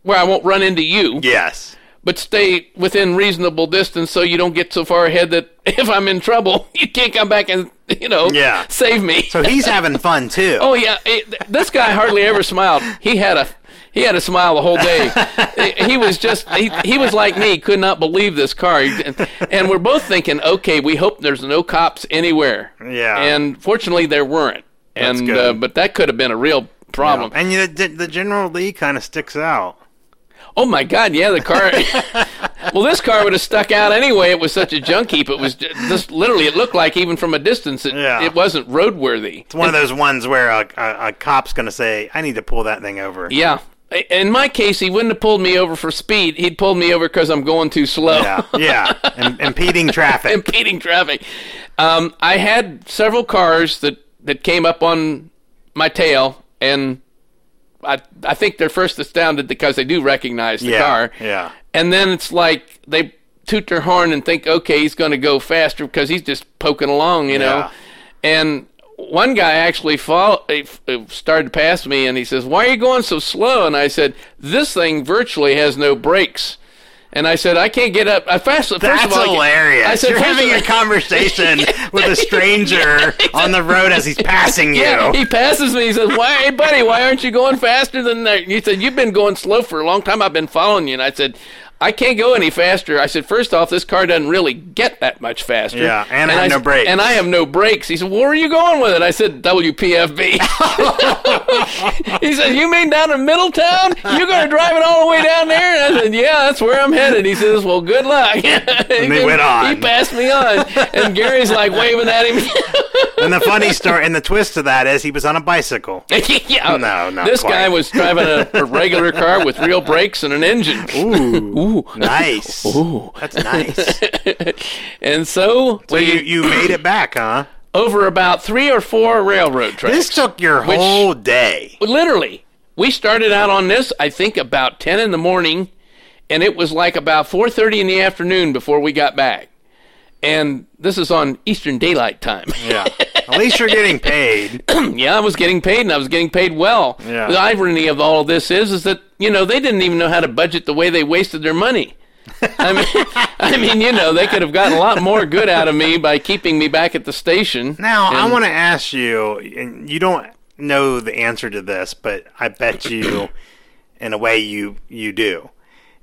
D: where I won't run into you
C: Yes.
D: but stay within reasonable distance so you don't get so far ahead that [laughs] if I'm in trouble, [laughs] you can't come back and you know
C: Yeah.
D: save me.
C: So he's having fun too.
D: [laughs] oh yeah, it- th- this guy hardly ever smiled. He had a he had a smile the whole
C: [laughs]
D: day. He- he was just he, he was like me, could not believe this car. And, and we're both thinking, okay, we hope there's no cops anywhere.
C: Yeah.
D: And fortunately, there weren't.
C: That's
D: and
C: good.
D: uh, but that could have been a real problem.
C: Um, And you, the, the General Lee kind of sticks out.
D: Oh my God! Yeah,
C: [laughs]
D: the car. well, this car would have stuck out anyway. It was such a junk heap. It was ju- just literally. It looked like even from a distance, it,
C: Yeah.
D: it wasn't roadworthy.
C: It's one of those ones where a, a, a cop's going to say, "I need to pull that thing over."
D: Yeah. I- In my case, he wouldn't have pulled me over for speed. He'd pulled me over because I'm going too slow,
C: Yeah, yeah. Im- impeding traffic.
D: impeding traffic. Um, I had several cars that that came up on my tail, and I I think they're first astounded because they do recognize the
C: Yeah,
D: car.
C: yeah.
D: And then it's like they toot their horn and think, okay, he's going to go faster because he's just poking along, you
C: Yeah.
D: know. And one guy actually follow, eh, f- eh, started past me and he says, why are you going so slow? And I said, this thing virtually has no brakes. And I said, I can't get up. I fast, first
C: That's
D: of all, I-
C: hilarious.
D: I said,
C: You're
D: first of
C: having
D: all- [laughs]
C: a conversation with a stranger on the road as he's passing you.
D: Yeah, he passes me. He says, "Why, hey, buddy? Why aren't you going faster than that?" He said, "You've been going slow for a long time. I've been following you." And I said, "I can't go any faster." I said, first off, this car doesn't really get that much faster."
C: Yeah, and I have no
D: s-
C: brakes.
D: And I have no brakes. He said, "Where are you going with it?" I said, "WPFB." [laughs] he said, "You mean down in Middletown? You're going to drive it all the way down there?" And I said, "Yeah, that's where I'm headed." He says, "Well, good luck." [laughs] and
C: they went on.
D: He passed me on, and Gary's like waving at him. [laughs]
C: And the funny story and the twist of that is he was on a bicycle.
D: [laughs] yeah,
C: No, not
D: This
C: quite.
D: guy was driving a,
C: [laughs]
D: a regular car with real brakes and an engine.
C: Ooh, nice. Ooh, that's nice.
D: [laughs] And so,
C: So
D: we,
C: you you made it back, huh?
D: over about three or four railroad tracks.
C: This took your whole
D: [laughs]
C: day.
D: literally, we started out on this. I think about ten in the morning, and it was like about four thirty in the afternoon before we got back. And this is on Eastern Daylight Time.
C: Yeah. At least you're getting paid.
D: yeah, I was getting paid, and I was getting paid well.
C: Yeah.
D: The irony of all of this is, is that you know they didn't even know how to budget the way they wasted
C: [laughs]
D: their money. I mean, [laughs] I mean, you know, they could have gotten a lot more good out of me by keeping me back at the station.
C: Now I
D: And-
C: want to ask you, and you don't know the answer to this, but I bet
D: [coughs]
C: you, in a way, you you do.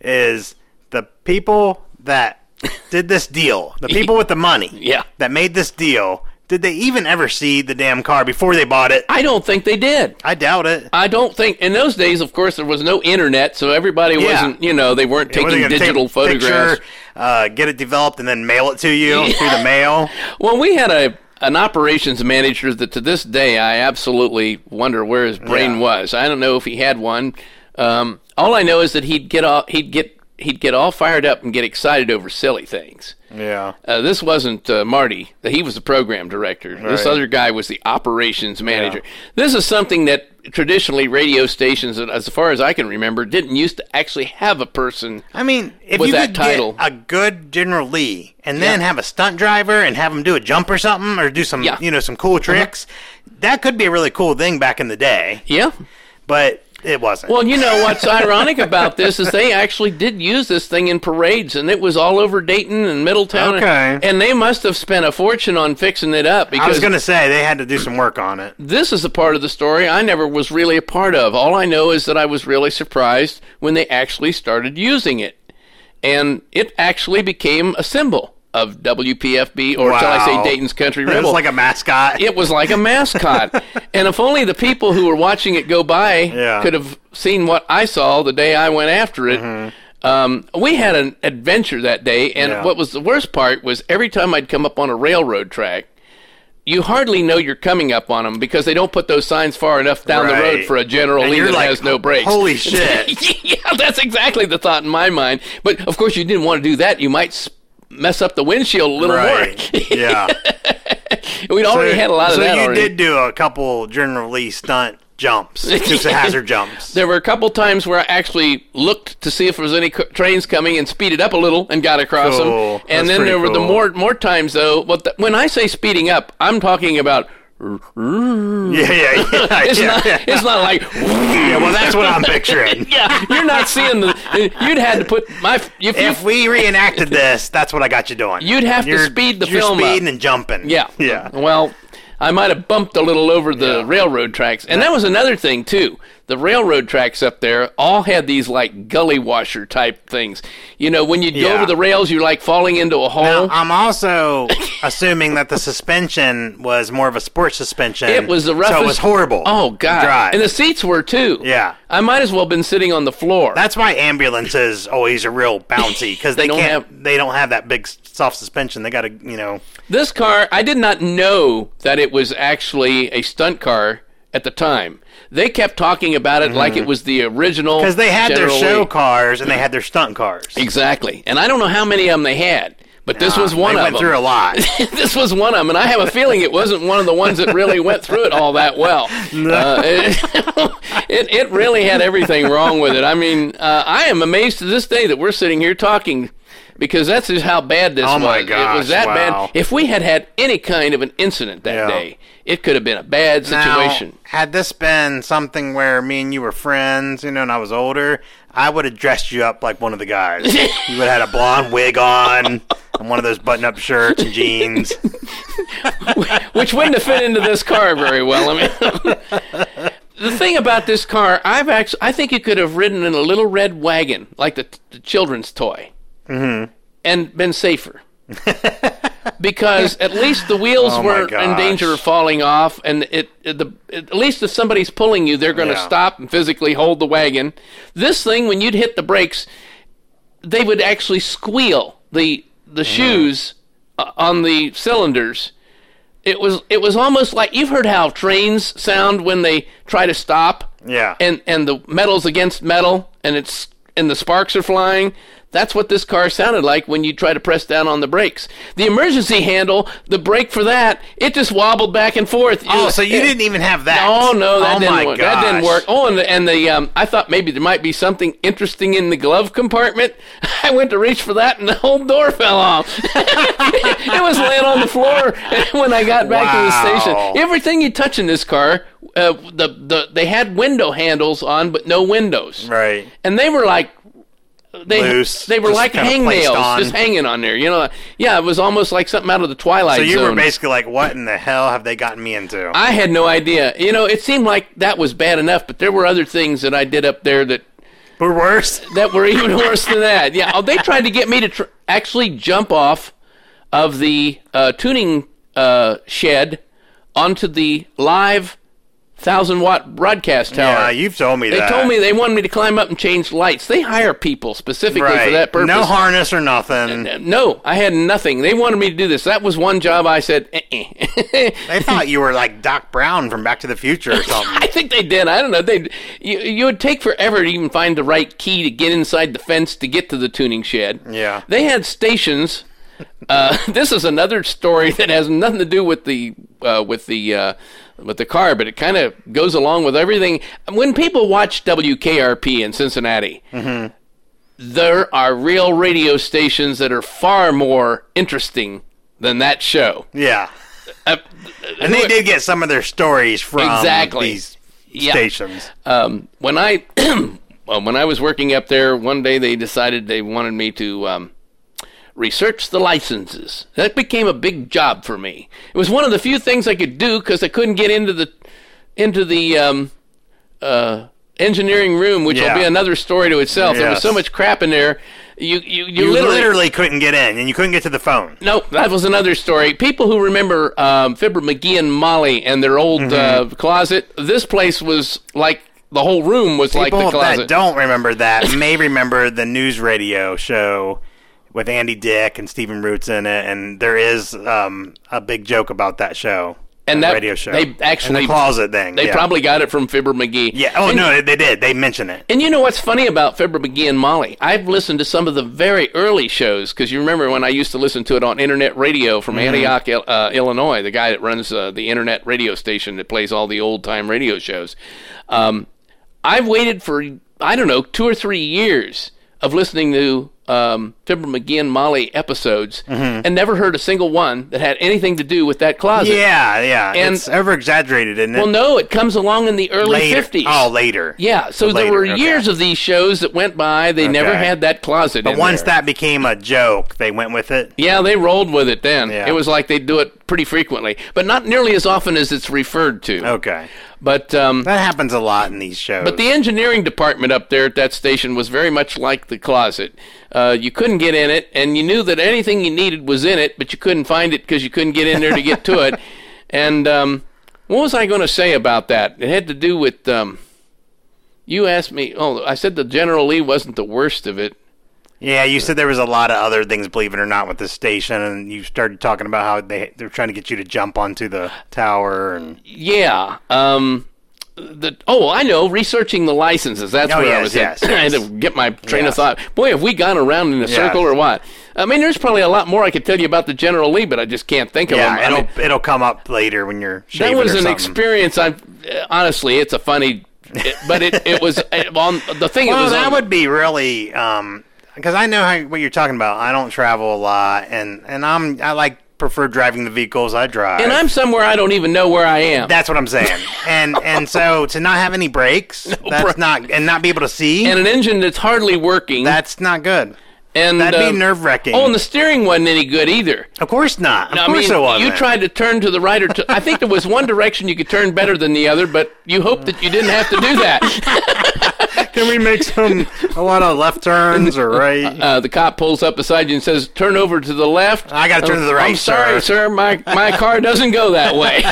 C: Is the people that did this deal, the people with the money,
D: [laughs] Yeah.
C: that made this deal, did they even ever see the damn car before they bought it?
D: I don't think they did.
C: I doubt it.
D: I don't think in those days, of course, there was no internet, so everybody
C: Yeah.
D: wasn't, you know, they weren't
C: What are they
D: taking
C: gonna take
D: digital
C: a
D: photographs.
C: picture, uh, get it developed, and then mail it to
D: [laughs]
C: you through the mail.
D: Well, we had a an operations manager that to this day I absolutely wonder where his brain was. I don't know if he had one. Um, all I know is that he'd get all he'd get he'd get all fired up and get excited over silly things.
C: Yeah.
D: Uh, this wasn't uh, Marty. He was the program director. This
C: Right.
D: other guy was the operations manager. This is something that traditionally radio stations, and as far as I can remember, didn't used to actually have a person.
C: I mean, if
D: with
C: you
D: that
C: could
D: title.
C: get a good General Lee and then have a stunt driver and have him do a jump or something or do some,
D: Yeah. Uh-huh.
C: you know, some cool tricks, that could be a really cool thing back in the day.
D: Yeah.
C: But it wasn't.
D: Well, you know what's ironic about this is they actually did use this thing in parades, and it was all over Dayton and Middletown.
C: Okay.
D: And they must have spent a fortune on fixing it up because
C: I was going to say they had to do some work on it.
D: this is a part of the story I never was really a part of. All I know is that I was really surprised when they actually started using it. And it actually became a symbol of WPFB, or shall I say
C: Wow.
D: Dayton's
C: [laughs]
D: Country
C: It
D: Rebel.
C: was like a mascot.
D: it was like a mascot. and if only the people who were watching it go by
C: Yeah.
D: could have seen what I saw the day I went after it. Um, we had an adventure that day, and
C: Mm-hmm. Yeah.
D: what was the worst part was every time I'd come up on a railroad track, you hardly know you're coming up on them because they don't put those signs far enough down the road
C: Right.
D: for a general
C: And
D: lead
C: you're
D: that
C: like,
D: has no brakes.
C: "Holy shit."
D: [laughs] yeah, that's exactly the thought in my mind. But of course, you didn't want to do that. You might s- mess up the windshield a little more. [laughs]
C: Right. yeah.
D: We'd already had a lot
C: so
D: of that.
C: you
D: already.
C: did do a couple general lee stunt
D: [laughs]
C: jumps, just the hazard jumps.
D: There were a couple times where I actually looked to see if there was any c- trains coming and speeded up a little and got across
C: Cool.
D: them. And
C: Oh, That's
D: then
C: pretty
D: there were the
C: cool.
D: more more times though. What the, when I say speeding up, I'm talking about.
C: Yeah, yeah, yeah.
D: Hmm.
C: [laughs]
D: It's
C: yeah,
D: not.
C: yeah.
D: It's not like. [laughs]
C: Yeah, well, that's what I'm picturing.
D: Yeah, you're not seeing the. You'd had to put my. If you,
C: If we reenacted this, that's what I got you doing.
D: You'd have to
C: You're-
D: speed the
C: you're
D: film up.
C: speeding and jumping.
D: Yeah.
C: yeah.
D: Well, I might have bumped a little over the railroad tracks. And that was another thing, too. The railroad tracks up there all had these like gully washer type things. You know, when you go
C: Yeah.
D: over the rails, you're like falling into a hole.
C: Now, I'm also assuming that the suspension was more of a sports suspension.
D: it was the roughest.
C: So it was horrible.
D: Oh God!
C: to Drive.
D: And the seats were too.
C: Yeah.
D: I might as well have been sitting on the floor.
C: that's why ambulances always are real bouncy because
D: They
C: they,
D: don't
C: can't.
D: have-
C: they don't have that big s- soft suspension. They got to, you know.
D: This car, I did not know that it was actually a stunt car at the time. They kept talking about it like it was the original.
C: Because Mm-hmm. they had their
D: General
C: show
D: Lee.
C: cars and they had their stunt cars.
D: Exactly. And I don't know how many of them they had, but this was
C: Uh,
D: one
C: they
D: of
C: went
D: them.
C: through a lot.
D: [laughs] this was one of them, and I have a feeling it wasn't one of the ones that really went through it all that well.
C: [laughs]
D: Uh, it, [laughs] it it really had everything wrong with it. I mean, uh, I am amazed to this day that we're sitting here talking because that's just how bad this
C: Oh,
D: was.
C: my
D: it was
C: gosh,
D: that
C: wow.
D: bad. If we had had any kind of an incident that
C: Yeah.
D: day, it could have been a bad
C: Now,
D: situation.
C: had this been something where me and you were friends, you know, and I was older, I would have dressed you up like one of the guys.
D: [laughs]
C: you would have had a blonde wig on and one of those button up shirts and
D: [laughs]
C: jeans.
D: which wouldn't have fit into this car very well. I mean, [laughs] the thing about this car, I've actually, I think you could have ridden in a little red wagon, like the, the children's toy,
C: Mm-hmm.
D: and been safer. [laughs] because at least the wheels
C: Oh my
D: weren't in
C: gosh.
D: danger of falling off, and it, it- the at least if somebody's pulling you, they're going to
C: Yeah.
D: stop and physically hold the wagon. This thing, when you'd hit the brakes, they would actually squeal the
C: Mm-hmm.
D: the shoes uh, on the cylinders. It was it was almost like you've heard how trains sound when they try to stop.
C: Yeah.
D: And and the metal's against metal and it's and the sparks are flying. That's what this car sounded like when you try to press down on the brakes. The emergency handle, the brake for that, it just wobbled back and forth.
C: Oh, so you didn't even have that.
D: Oh no, that
C: Oh,
D: didn't
C: my
D: work. That didn't
C: gosh.
D: work. Oh, and the, and the um, I thought maybe there might be something interesting in the glove compartment. [laughs] I went to reach for that, and the whole door fell off. [laughs] it was laying on the floor [laughs] when I got back to the
C: Wow.
D: station. Everything you touch in this car, uh, the the they had window handles on, but no windows.
C: Right.
D: And they were like. They,
C: Loose,
D: they were
C: just
D: like
C: kinda placed
D: hangnails,
C: on.
D: just hanging on there. You know, yeah, it was almost like something out of the Twilight
C: So you
D: Zone.
C: were basically like, what in the hell have they gotten me into?
D: I had no idea. You know, it seemed like that was bad enough, but there were other things that I did up there that
C: We're worse.
D: that were [laughs] even worse than that. Yeah, oh, they tried to get me to tr- actually jump off of the uh, tuning uh, shed onto the live thousand watt broadcast tower.
C: Yeah, uh, you've told me
D: they
C: that.
D: told me they wanted me to climb up and change lights. They hire people specifically for
C: right.
D: that purpose.
C: No harness or nothing.
D: [laughs] No, I had nothing. They wanted me to do this. That was one job I said, [laughs] eh
C: They thought you were like Doc Brown from Back to the Future
D: [laughs]
C: or something.
D: I think they did. I don't know. They you, you would take forever to even find the right key to get inside the fence to get to the tuning shed.
C: Yeah.
D: They had stations. Uh, [laughs] this is another story that has nothing to do with the uh, with the uh, with the car, but it kind of goes along with everything. When people watch WKRP in Cincinnati, there are real radio stations that are far more interesting than that show.
C: yeah.
D: Uh,
C: And they did get some of their stories from
D: Exactly.
C: these
D: Yeah.
C: stations.
D: um, when I [clears throat] well, when I was working up there, one day they decided they wanted me to um, research the licenses. That became a big job for me. It was one of the few things I could do because I couldn't get into the into the um, uh, engineering room, which
C: Yeah.
D: will be another story to itself. There was
C: Yes.
D: so much crap in there. You you, you,
C: You literally,
D: literally
C: couldn't get in, and you couldn't get to the phone.
D: no, that was another story. People who remember um, Fibber McGee and Molly and their old
C: Mm-hmm.
D: uh, closet, this place was like the whole room was
C: People
D: like the closet.
C: that don't remember
D: [laughs]
C: that may remember the news radio show with Andy Dick and Stephen Roots in it, and there is um, a big joke about that show.
D: And that-
C: radio show,
D: they
C: And
D: actually-
C: the closet thing.
D: They
C: yeah.
D: probably got it from Fibber McGee.
C: yeah. Oh
D: and,
C: no, they- they did. They mention it.
D: And you know what's funny about Fibber McGee and Molly? I've listened to some of the very early shows because you remember when I used to listen to it on internet radio from
C: Mm-hmm.
D: Antioch, Il- uh, Illinois. The guy that runs uh, the internet radio station that plays all the old time radio shows. Um, I've waited for I don't know two or three years of listening to um, Fibber McGee and Molly episodes
C: Mm-hmm.
D: and never heard a single one that had anything to do with that closet.
C: Yeah, yeah.
D: And-
C: it's over exaggerated, isn't it?
D: Well, no, it comes along in the early
C: later.
D: 50s.
C: Oh, later.
D: Yeah, so there
C: Later,
D: were
C: okay.
D: years of these shows that went by. They never
C: Okay.
D: had that closet.
C: But
D: in
C: once
D: there.
C: that became a joke, they went with it.
D: yeah, they rolled with it then.
C: Yeah.
D: It was like they do it pretty frequently, but not nearly as often as it's referred to.
C: Okay,
D: But um,
C: that happens a lot in these shows.
D: but the engineering department up there at that station was very much like the closet. Uh, you couldn't get in it, and you knew that anything you needed was in it, but you couldn't find it because you couldn't get in there to get to it. And um, what was I going to say about that? It had to do with um, you asked me. Oh, I said the General Lee wasn't the worst of it.
C: yeah, you said there was a lot of other things, believe it or not, with the station, and you started talking about how they they're trying to get you to jump onto the tower and
D: Yeah. Um, the oh, I know. Researching the licenses. That's
C: Oh,
D: where I
C: yes,
D: was
C: yes,
D: at. [laughs] I had to
C: yes.
D: get my train
C: Yes.
D: of thought. Boy, have we gone around in a circle or what? I mean, there's probably a lot more I could tell you about the General Lee, but I just can't think of
C: yeah,
D: them. I
C: it'll
D: mean,
C: it'll come up later when you're
D: that
C: shaving
D: was
C: or
D: an
C: something.
D: experience. I honestly, it's a funny, it- but it
C: [laughs]
D: it was it, on the thing. it
C: Well,
D: was
C: that
D: on-
C: would be really because I know how, what you're talking about. I don't travel a lot, and and I'm I like prefer driving the vehicles I drive.
D: And I'm somewhere I don't even know where I am.
C: That's what I'm saying. And and so to not have any
D: [laughs]
C: breaks, that's
D: break.
C: not and not be able to see,
D: and an engine that's hardly working.
C: that's not good.
D: and
C: that'd be
D: um,
C: nerve-wracking.
D: Oh, and the steering wasn't any good either.
C: Of course not. Of
D: I
C: course
D: mean,
C: it wasn't.
D: you tried to turn to the right or to, I think there was one direction you could turn better than the other, but you hoped that you didn't have to do
C: [laughs]
D: that.
C: Can we make some a lot of left turns or right?
D: Uh, the cop pulls up beside you and says, "Turn over to the left."
C: I gotta turn to the right,
D: I'm sorry,
C: sir."
D: sir. My my car doesn't go
C: [laughs]
D: that way.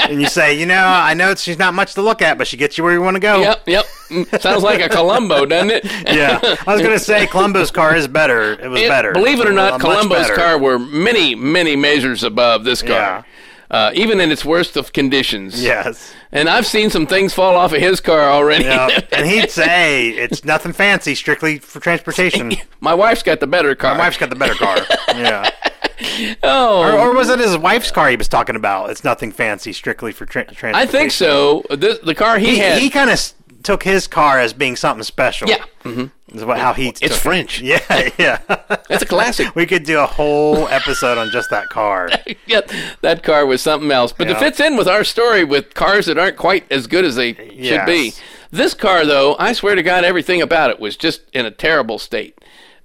C: And you say, you know, I know she's not much to look at, but she gets you where you want to go.
D: yep, yep. Mm, Sounds like a Columbo, doesn't it? [laughs]
C: Yeah, I was gonna say Columbo's car is better. It was
D: It-
C: better.
D: Believe it or
C: Uh,
D: not,
C: much
D: Columbo's
C: better.
D: car were many, many measures above this car, uh, even in its worst of conditions.
C: Yes.
D: And I've seen some things fall off of his car already.
C: Yeah. and he'd say it's nothing fancy, strictly for
D: [laughs]
C: transportation.
D: [laughs] My wife's got the better car.
C: My wife's got the better car. Yeah.
D: Oh,
C: Or, or was it his wife's car he was talking about? It's nothing fancy, strictly for tra- transportation.
D: I think so. The, the car he,
C: He,
D: had.
C: he kind of s- took his car as being something special.
D: yeah,
C: Is what, how he
D: Mm-hmm. it's
C: took it.
D: [laughs]
C: [laughs]
D: French.
C: Yeah, yeah.
D: That's
C: [laughs]
D: a classic. [laughs]
C: we could do a whole episode on just that car.
D: yeah, that car was something else. But it
C: Yeah.
D: fits in with our story with cars that aren't quite as good as they should
C: Yes.
D: be. This car, though, I swear to God, everything about it was just in a terrible state.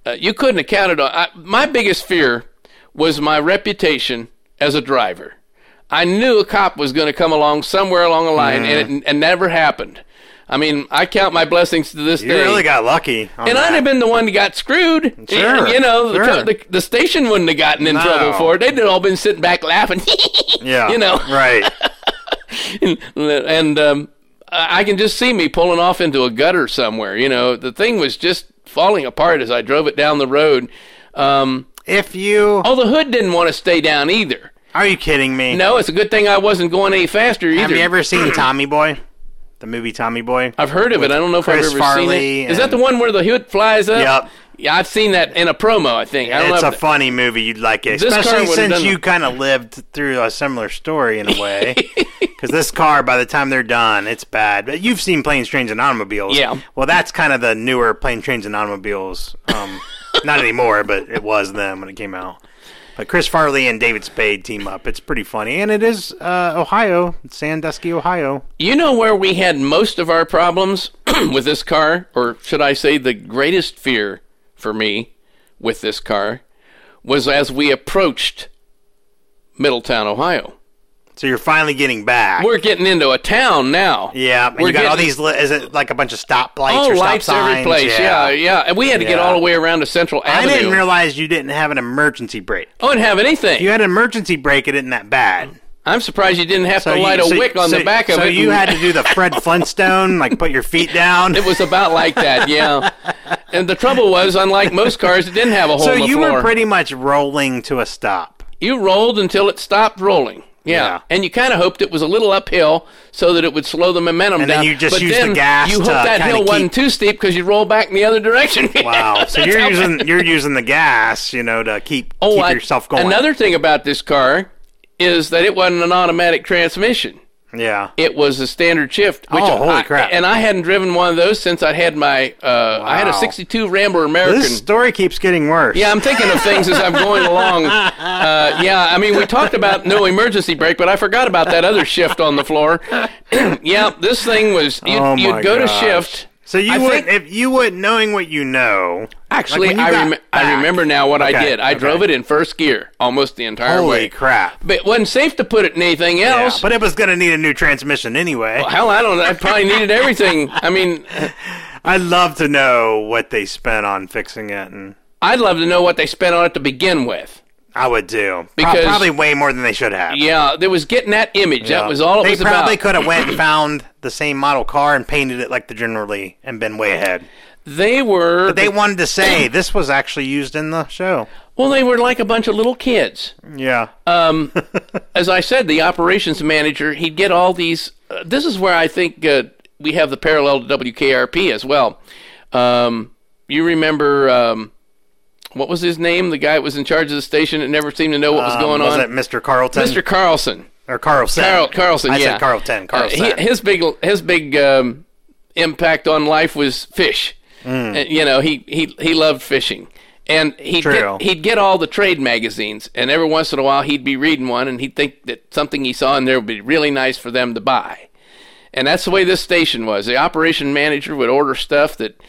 D: Uh, you couldn't have counted on. I, my biggest fear was my reputation as a driver. I knew a cop was going to come along somewhere along the line, and it and never happened. I mean, I count my blessings to this
C: You
D: day.
C: really got lucky. on
D: And I'd
C: that.
D: have been the one that got screwed. Y-
C: Sure,
D: you know, the,
C: sure.
D: the, the station wouldn't have gotten in
C: No.
D: trouble for it. They'd have all been sitting back laughing. [laughs]
C: yeah,
D: You know.
C: [laughs] right?
D: and and, um, I I can just see me pulling off into a gutter somewhere. You know, the thing was just falling apart as I drove it down the road. Um,
C: If you
D: oh, the hood didn't want to stay down either.
C: are you kidding me?
D: No, it's a good thing I wasn't going any faster either.
C: Have you ever
D: [clears throat]
C: seen Tommy Boy? The movie Tommy Boy.
D: I've heard of it. I don't know if
C: Chris
D: I've ever
C: Farley
D: seen it. Is that
C: and-
D: the one where the hood flies up?
C: Yep.
D: Yeah, I've seen that in a promo. I think. I don't
C: it's
D: know
C: a
D: if-
C: funny movie. You'd like it,
D: This car
C: especially
D: would've
C: since
D: done
C: you
D: it.
C: kind of lived through a similar story in a
D: [laughs]
C: way. Because this car, by the time they're done, it's bad. But you've seen Planes, Trains, and Automobiles.
D: Yeah.
C: Well, that's kind of the
D: [laughs]
C: newer Planes, Trains, and Automobiles. Um, not anymore, but it was then when it came out. But Chris Farley and David Spade team up. It's pretty funny, and it is uh, Ohio, Sandusky, Ohio.
D: You know where we had most of our problems [clears throat] with this car, or should I say, the greatest fear for me with this car was as we approached Middletown, Ohio.
C: So you're finally getting back.
D: We're getting into a town now.
C: yeah, and
D: We're
C: you got all
D: getting-
C: these. Li- is it like a bunch of stoplights
D: Oh,
C: or stop
D: lights
C: signs?
D: every place. Yeah. yeah, And we had to get
C: Yeah.
D: all the way around to Central
C: I
D: Avenue.
C: didn't realize you didn't have an emergency brake.
D: I wouldn't have anything.
C: If you had an emergency brake, it isn't that bad.
D: I'm surprised you didn't have
C: So
D: to
C: you,
D: light a
C: so-
D: wick on
C: so-
D: the back of
C: so
D: it.
C: you
D: and-
C: had to do the
D: [laughs]
C: Fred Flintstone, like put your feet down.
D: It was about like
C: [laughs]
D: that, yeah. And the trouble was, unlike most cars, it didn't have a hole
C: so
D: in the
C: you
D: floor.
C: were pretty much rolling to a
D: [laughs]
C: stop.
D: you rolled until it stopped rolling. Yeah.
C: Yeah.
D: And you kind of hoped it was a little uphill so that it would slow the momentum
C: And then
D: down.
C: you just
D: but
C: used the
D: then
C: gas
D: You
C: to
D: hoped that
C: kinda
D: hill wasn't
C: keep-
D: too steep because you'd roll back in the other direction. [laughs]
C: Wow. So
D: That's
C: you're
D: how
C: using you're using the gas, you know, to keep
D: Oh,
C: keep
D: I-
C: yourself going.
D: Another thing about this car is that it wasn't an automatic transmission.
C: yeah.
D: It was a standard shift. Which
C: Oh, holy
D: I-
C: crap.
D: And I hadn't driven one of those since I had my. Uh, I had a
C: Wow.
D: '62 Rambler American.
C: This story keeps getting worse.
D: Yeah, I'm thinking of things as I'm going along. Uh, yeah, I mean, we talked about no emergency brake, but I forgot about that other shift on the floor. [clears throat] yeah, this thing was you'd,
C: Oh my
D: you'd go
C: gosh.
D: to shift.
C: So you
D: I
C: would
D: think-
C: if you would knowing what you know.
D: Actually,
C: when you got
D: I, rem- I
C: back-
D: remember now what I
C: Okay,
D: did. I
C: okay.
D: drove it in first gear almost the entire
C: Holy
D: way.
C: crap.
D: But it wasn't safe to put it in anything
C: Yeah,
D: else.
C: but it was gonna need a new transmission anyway.
D: Hell, I don't know. I probably needed everything. I mean,
C: I'd love to know what they spent on fixing it, and
D: I'd love to know what they spent on it to begin with.
C: I would do Pro-
D: Because-
C: probably way more than they should have.
D: Yeah, there was getting that image.
C: Yeah.
D: That was all it
C: they
D: was about.
C: probably could have went and found the same model car and painted it like the generally and been way ahead.
D: They were.
C: But they wanted to say this was actually used in the show.
D: well, they were like a bunch of little kids.
C: Yeah.
D: um, as I said, the operations manager, he'd get all these. Uh, this is where I think uh, we have the parallel to WKRP as well. Um, you remember um, what was his name? The guy that was in charge of the station and never seemed to know what was
C: Um,
D: going
C: was
D: on.
C: it Mr. Carlton?
D: Mr. Carlson.
C: or Carlson?
D: Carl, Carlson.
C: I
D: yeah,
C: said Carlton. Carlson.
D: Uh, he- his big his big um, impact on life was fish. And, you know, he, he he loved fishing, and he'd
C: True.
D: get, he'd get all the trade magazines, and every once in a while he'd be reading one, and he'd think that something he saw in there would be really nice for them to buy. And that's the way this station was. The operation manager would order stuff that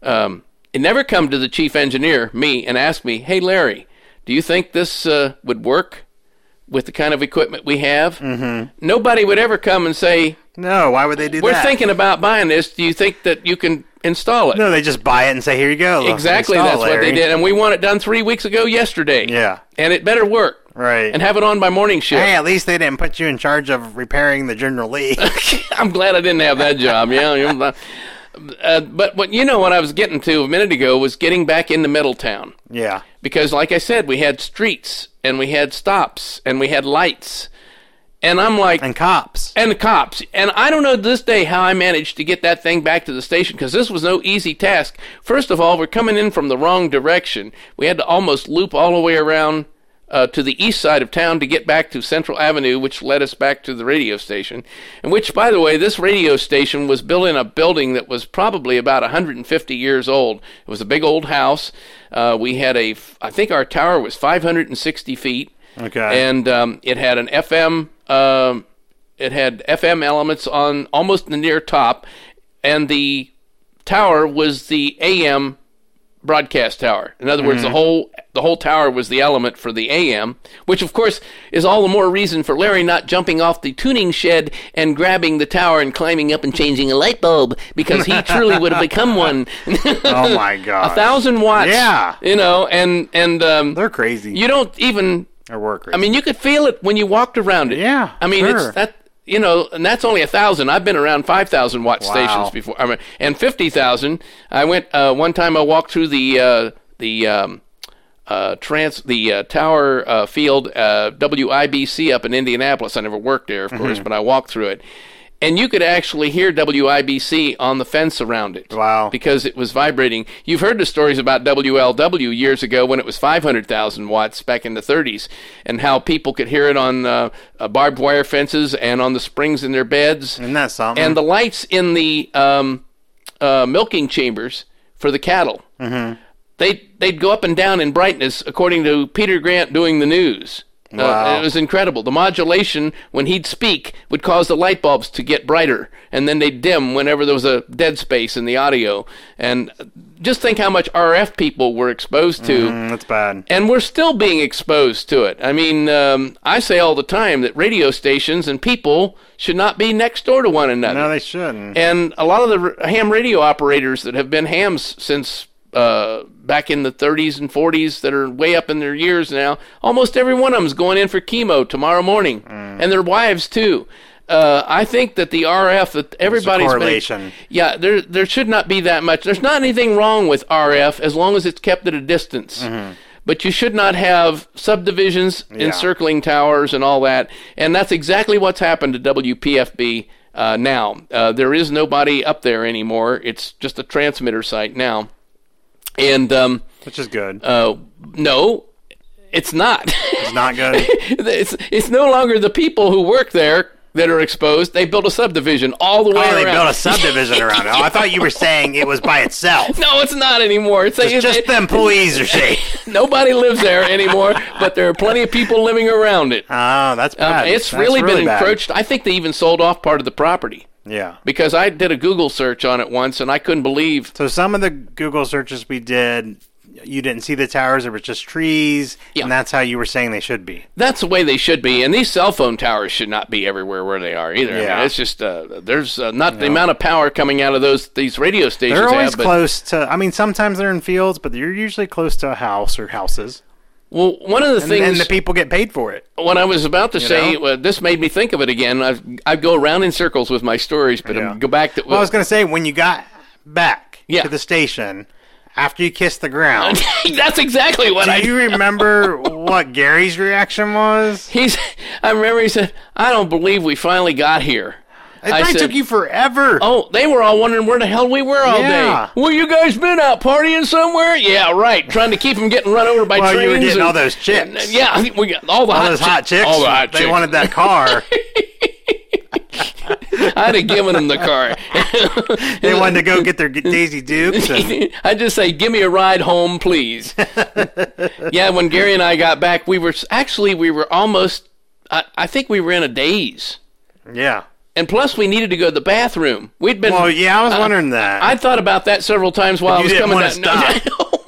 D: um, it never come to the chief engineer, me, and ask me, "Hey, Larry, do you think this uh, would work with the kind of equipment we have?" Mm-hmm. Nobody would ever come and say,
C: no, why would they do
D: "We're
C: that?
D: thinking about buying this. Do you think that you can install it?"
C: No, they just buy it and say, "Here you go."
D: exactly,
C: Install,
D: that's what
C: Larry."
D: they did, and we want it done three weeks ago yesterday.
C: Yeah.
D: and it better work,
C: Right.
D: And have it on by morning shift.
C: Hey, at least they didn't put you in charge of repairing the General Lee.
D: [laughs] I'm glad I didn't have that job. Yeah.
C: [laughs]
D: you know, uh, but what you know what I was getting to a minute ago was getting back into Middletown
C: yeah.
D: because, like I said, we had streets and we had stops and we had lights, and I'm like,
C: And cops.
D: and the cops. And I don't know to this day how I managed to get that thing back to the station because this was no easy task. First of all, we're coming in from the wrong direction. We had to almost loop all the way around uh, to the east side of town to get back to Central Avenue, which led us back to the radio station. And which, by the way, this radio station was built in a building that was probably about 150 years old. It was a big old house. Uh, we had a, f- I think our tower was 560 feet.
C: Okay.
D: And um, it had an FM. Um, it had FM elements on almost the near top, and the tower was the AM broadcast tower. In other words,
C: Mm-hmm.
D: the whole the whole tower was the element for the AM, which of course is all the more reason for Larry not jumping off the tuning shed and grabbing the tower and climbing up and changing a light bulb because he truly would have become one.
C: [laughs] Oh my god.
D: [laughs] a thousand watts.
C: Yeah.
D: you know, and and um,
C: They're crazy.
D: You don't even
C: Or work.
D: I mean, you could feel it when you walked around it.
C: Yeah,
D: I mean,
C: sure.
D: it's that you know, and that's only a thousand. I've been around five thousand watt
C: Wow.
D: stations before. I mean, and fifty thousand. I went uh, one time. I walked through the uh, the um, uh, trans the uh, Tower uh, Field uh, WIBC up in Indianapolis. I never worked there, of course, but I walked through it. And you could actually hear WIBC on the fence around it.
C: Wow.
D: Because it was vibrating. You've heard the stories about WLW years ago when it was 500,000 watts back in the 30s and how people could hear it on uh, uh, barbed wire fences and on the springs in their beds.
C: Isn't that something?
D: And the lights in the um, uh, milking chambers for the cattle. Mm-hmm. They they'd go up and down in brightness according to Peter Grant doing the news. Uh,
C: Wow.
D: it was incredible. The modulation when he'd speak would cause the light bulbs to get brighter, and then they'd dim whenever there was a dead space in the audio. And just think how much RF people were exposed to
C: Mm, that's bad.
D: and we're still being exposed to it. I mean, um, I say all the time that radio stations and people should not be next door to one another.
C: No, they shouldn't.
D: and a lot of the r- ham radio operators that have been hams since uh, back in the 30s and 40s that are way up in their years now, almost every one of them's going in for chemo tomorrow morning,
C: Mm.
D: and their wives too. Uh, I think that the RF that everybody's been-
C: correlation.
D: yeah, there there should not be that much. There's not anything wrong with RF as long as it's kept at a distance.
C: Mm-hmm.
D: But you should not have subdivisions, encircling towers, and all that. And that's exactly what's happened to WPFB uh, now. Uh, there is nobody up there anymore. It's just a transmitter site now. And um,
C: Which is good.
D: uh, no, it's not. [laughs]
C: it's not good.
D: it's it's no longer the people who work there that are exposed. They built a subdivision all the way
C: Oh, they
D: around.
C: built a subdivision around it. Oh, I thought you were saying it was by itself.
D: [laughs] No, it's not anymore. It's,
C: It's just the employees are safe.
D: [laughs] nobody lives there anymore, but there are plenty of people living around it.
C: Oh, that's
D: Um,
C: bad.
D: it's
C: That's
D: really, been
C: bad.
D: encroached. I think they even sold off part of the property
C: Yeah.
D: because I did a Google search on it once and I couldn't believe.
C: So some of the Google searches we did, you didn't see the towers. There was just trees,
D: Yeah.
C: and that's how you were saying they should be.
D: That's the way they should be, and these cell phone towers should not be everywhere where they are either. I mean,
C: Yeah.
D: it's just uh, there's uh, not the amount of power coming out of those these radio stations.
C: They're always
D: have, but-
C: close to. I mean, sometimes they're in fields, but you're usually close to a house or houses,
D: Well, one of the
C: and,
D: things
C: and the people get paid for it.
D: what I was about to say,
C: know?
D: well, this made me think of it again. I've, I go around in circles with my stories, but
C: Yeah.
D: I'm go back to.
C: Well, I was gonna say when you got back
D: Yeah.
C: to the station after you kissed the
D: [laughs]
C: ground.
D: That's exactly what I.
C: do you remember what Gary's reaction was?
D: He's. I remember he said, "I don't believe we finally got here."
C: It
D: I
C: probably
D: said,
C: took you forever.
D: "Oh, they were all wondering where the hell we were all
C: Yeah.
D: day. Well, you guys been out partying somewhere? Yeah, right. Trying to keep them getting run over by
C: Well, you
D: trains.
C: were getting
D: and-
C: all those chips.
D: and- yeah, I think we got all the
C: all
D: hot
C: those
D: chi-
C: hot chicks.
D: All the hot
C: they
D: chicks.
C: wanted that car.
D: [laughs] I'd have given them the car.
C: [laughs]
D: [laughs]
C: they wanted to go get their Daisy Dukes. And,
D: I just say, give me a ride
C: [laughs]
D: home, please. yeah, when Gary and I got back, we were actually we were almost. I, I think we were in a daze,
C: yeah.
D: and plus we needed to go to the bathroom. We'd been.
C: Well, yeah, I was wondering that.
D: I thought about that several times while I
C: you
D: was
C: didn't
D: coming
C: wanna
D: down. [laughs]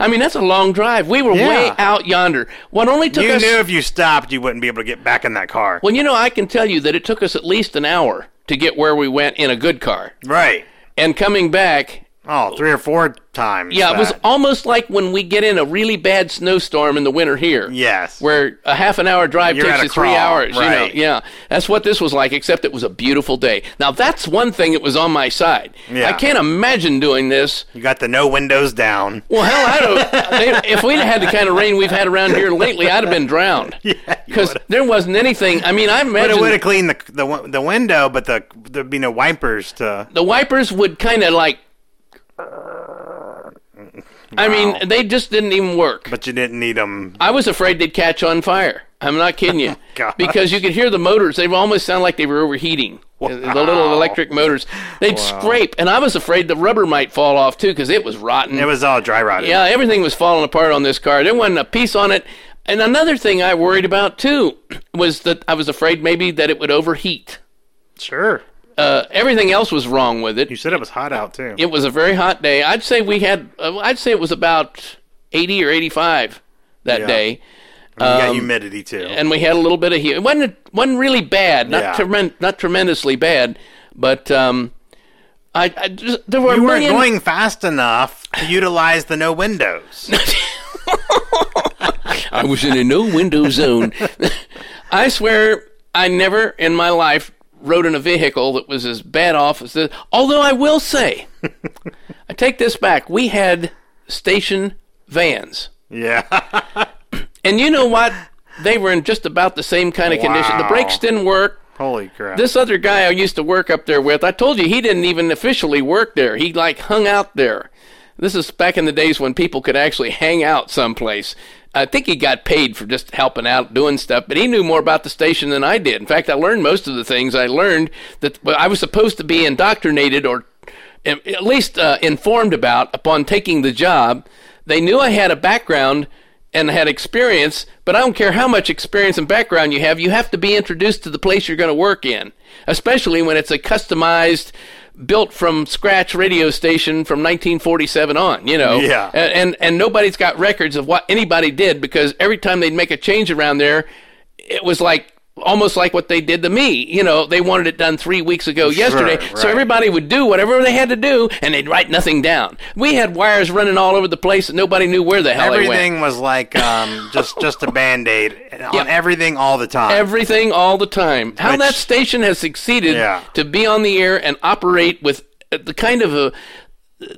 D: I mean, that's a long drive. We were way
C: Yeah.
D: out yonder. What only took
C: you
D: us.
C: knew if you stopped, you wouldn't be able to get back in that car.
D: well, you know, I can tell you that it took us at least an hour to get where we went in a good car,
C: right.
D: and coming back.
C: Oh, three or four times.
D: Yeah, it was
C: that.
D: almost like when we get in a really bad snowstorm in the winter here.
C: Yes.
D: Where a half an hour drive
C: You're
D: takes
C: at a
D: you three
C: crawl,
D: hours.
C: right.
D: You know, yeah. That's what this was like, except it was a beautiful day. Now, that's one thing that was on my side.
C: Yeah.
D: I can't imagine doing this.
C: You got the no windows down.
D: Well, hell, I don't. they- if we'd had the kind of rain we've had around here lately, I'd have
C: [laughs]
D: been drowned. Because there wasn't anything. I mean, I
C: But it
D: imagine
C: would have cleaned the, the win- the window, but the there'd be no wipers to.
D: the wipers would kind of like. I mean, they just didn't even work.
C: But you didn't need them.
D: I was afraid they'd catch on fire. I'm not
C: [laughs]
D: kidding you.
C: Oh, Gosh.
D: because you could hear the motors. They almost sound like they were overheating. The the little electric motors. They'd scrape. And I was afraid the rubber might fall off, too, because it was rotten.
C: It was all dry rotted.
D: yeah, everything was falling apart on this car. There wasn't a piece on it. And another thing I worried about, too, [clears throat] was that I was afraid maybe that it would overheat.
C: sure.
D: Uh, everything else was wrong with it.
C: You said it was hot out too.
D: It was a very hot day. I'd say we had, uh, I'd say it was about 80 or 85 that
C: Yeah.
D: day.
C: you got
D: um,
C: humidity too.
D: and we had a little bit of heat. It wasn't wasn't really bad, not
C: Yeah.
D: tremen- not tremendously bad, but um, I, I just, there were a
C: you weren't
D: million-
C: going fast enough to utilize the no
D: [laughs]
C: windows.
D: I was in a no window zone. [laughs] I swear, I never in my life rode in a vehicle that was as bad off as this. Although I will say, I take this back. We had station vans.
C: yeah.
D: And you know what? They were in just about the same kind of condition. The
C: Wow.
D: brakes didn't work.
C: Holy crap.
D: This other guy I used to work up there with, I told you he didn't even officially work there. He like hung out there. This is back in the days when people could actually hang out someplace. I think he got paid for just helping out, doing stuff, but he knew more about the station than I did. In fact, I learned most of the things I learned that well, I was supposed to be indoctrinated or at least uh, informed about upon taking the job. They knew I had a background and had experience, but I don't care how much experience and background you have, you have to be introduced to the place you're going to work in, especially when it's a customized, built from scratch radio station from 1947 on, you know.
C: Yeah.
D: A- and and nobody's got records of what anybody did because every time they'd make a change around there, it was like almost like what they did to me. You know, they wanted it done three weeks ago yesterday, so
C: right.
D: everybody would do whatever they had to do, and they'd write nothing down. We had wires running all over the place, and nobody knew where the hell they went.
C: Everything was like um, just just a band aid
D: [laughs]
C: on everything all the time.
D: Everything all the time. How
C: Which-
D: that station has succeeded
C: Yeah.
D: to be on the air and operate with uh, the kind of a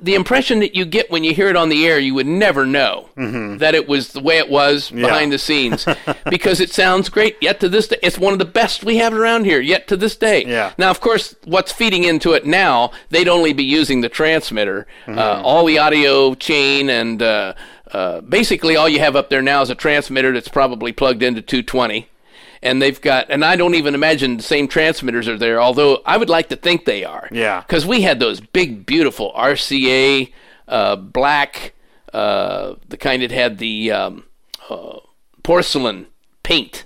D: the impression that you get when you hear it on the air, you would never know
C: Mm-hmm.
D: that it was the way it was behind the scenes because it sounds great. Yet to this day, it's one of the best we have around here. Yet to this day,
C: Yeah.
D: Now, of course, what's feeding into it now? They'd only be using the transmitter, uh, all the audio chain, and uh, uh, basically all you have up there now is a transmitter that's probably plugged into 220. And they've got, and I don't even imagine the same transmitters are there. Although I would like to think they are,
C: Yeah.
D: because we had those big, beautiful RCA uh, black, uh, the kind that had the um, uh, porcelain paint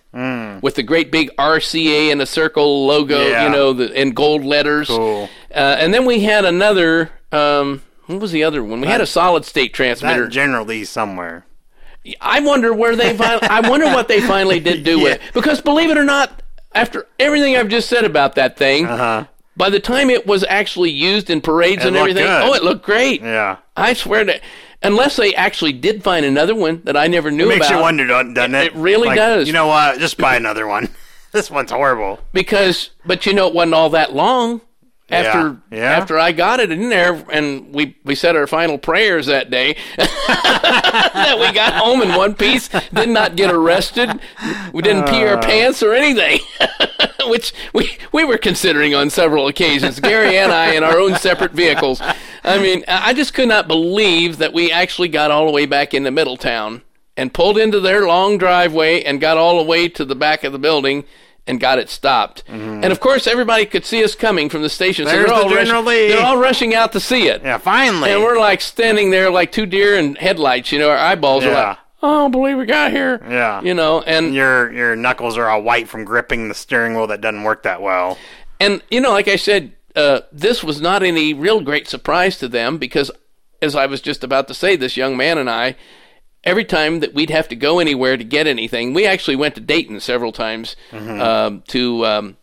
D: with the great big RCA in a circle logo,
C: Mm. Yeah.
D: you know, the, in gold letters.
C: Cool.
D: Uh, and then we had another. Um, what was the other one? We had a solid state transmitter.
C: Not General Lee somewhere.
D: I wonder where they. Fin- I wonder what they finally did do
C: [laughs]
D: with it. Because believe it or not, after everything I've just said about that thing, by the time it was actually used in parades
C: Uh-huh. It
D: and
C: looked
D: everything,
C: good.
D: oh, it looked great.
C: Yeah.
D: I swear to. Unless they actually did find another one that I never knew
C: Makes
D: about.
C: you wonder, doesn't doesn't
D: It-
C: it?
D: it really
C: Like,
D: does.
C: You know what? Just buy another one. [laughs] this one's horrible.
D: because but you know it wasn't all that long after
C: Yeah, yeah.
D: after I got it in there and we we said our final prayers that day that we got home in one piece did not get arrested we didn't pee
C: Uh.
D: our pants or anything [laughs] which we we were considering on several occasions Gary and I in our own separate vehicles I mean I I just could not believe that we actually got all the way back into Middletown and pulled into their long driveway and got all the way to the back of the building and got it stopped. And of course, everybody could see us coming from the station. so
C: Mm-hmm. There's the
D: they're
C: General
D: all rushing,
C: Lee.
D: They're all rushing out to see it.
C: Yeah, finally.
D: And we're like standing there like two deer in headlights. You know, our eyeballs are
C: Yeah.
D: like, oh, I don't believe we got here.
C: Yeah.
D: You know, and
C: your your knuckles are all white from gripping the steering wheel that doesn't work that well.
D: And you know, like I said, uh, this was not any real great surprise to them because, as I was just about to say, this young man and I, every time that we'd have to go anywhere to get anything, we actually went to Dayton several times
C: Mm-hmm.
D: um, to um,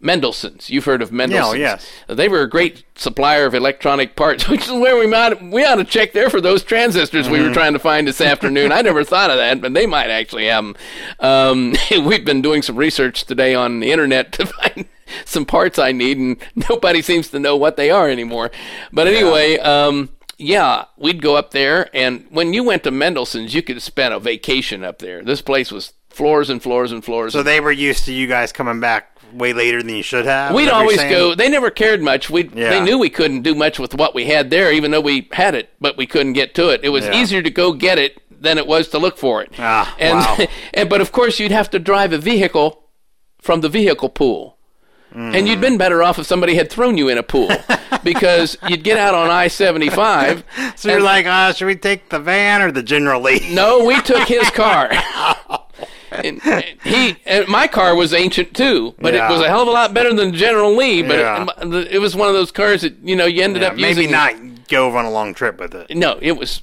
D: Mendelssohn's. You've heard of Mendelssohn's?
C: oh, yes.
D: They were a great supplier of electronic parts, [laughs] which is where we might we ought to check there for those transistors we were trying to find this afternoon. I never thought of that, but they might actually have them. Um, [laughs] we've been doing some research today on the internet to [laughs] find some parts I need, and nobody seems to know what they are anymore. But anyway. Um, yeah, we'd go up there, and when you went to Mendelssohn's, you could spend a vacation up there. This place was floors and floors and floors.
C: So they were used to you guys coming back way later than you should have. is
D: We'd
C: that what you're
D: always
C: saying?
D: go. They never cared much. We
C: Yeah.
D: they knew we couldn't do much with what we had there, even though we had it, but we couldn't get to it. It was
C: Yeah.
D: easier to go get it than it was to look for it.
C: Ah,
D: and,
C: wow.
D: [laughs] and but of course you'd have to drive a vehicle from the vehicle pool. And you'd been better off if somebody had thrown you in
C: [laughs]
D: a pool because you'd get out on I 75.
C: So you're like, uh, should we take the van or the General Lee?
D: No, we took his
C: [laughs]
D: car. And he, and my car was ancient too, but
C: Yeah.
D: it was a hell of a lot better than General Lee. But
C: Yeah.
D: it, it was one of those cars that you know you ended
C: Yeah,
D: up
C: [laughs] maybe
D: using.
C: not go on a long trip with it.
D: No, it was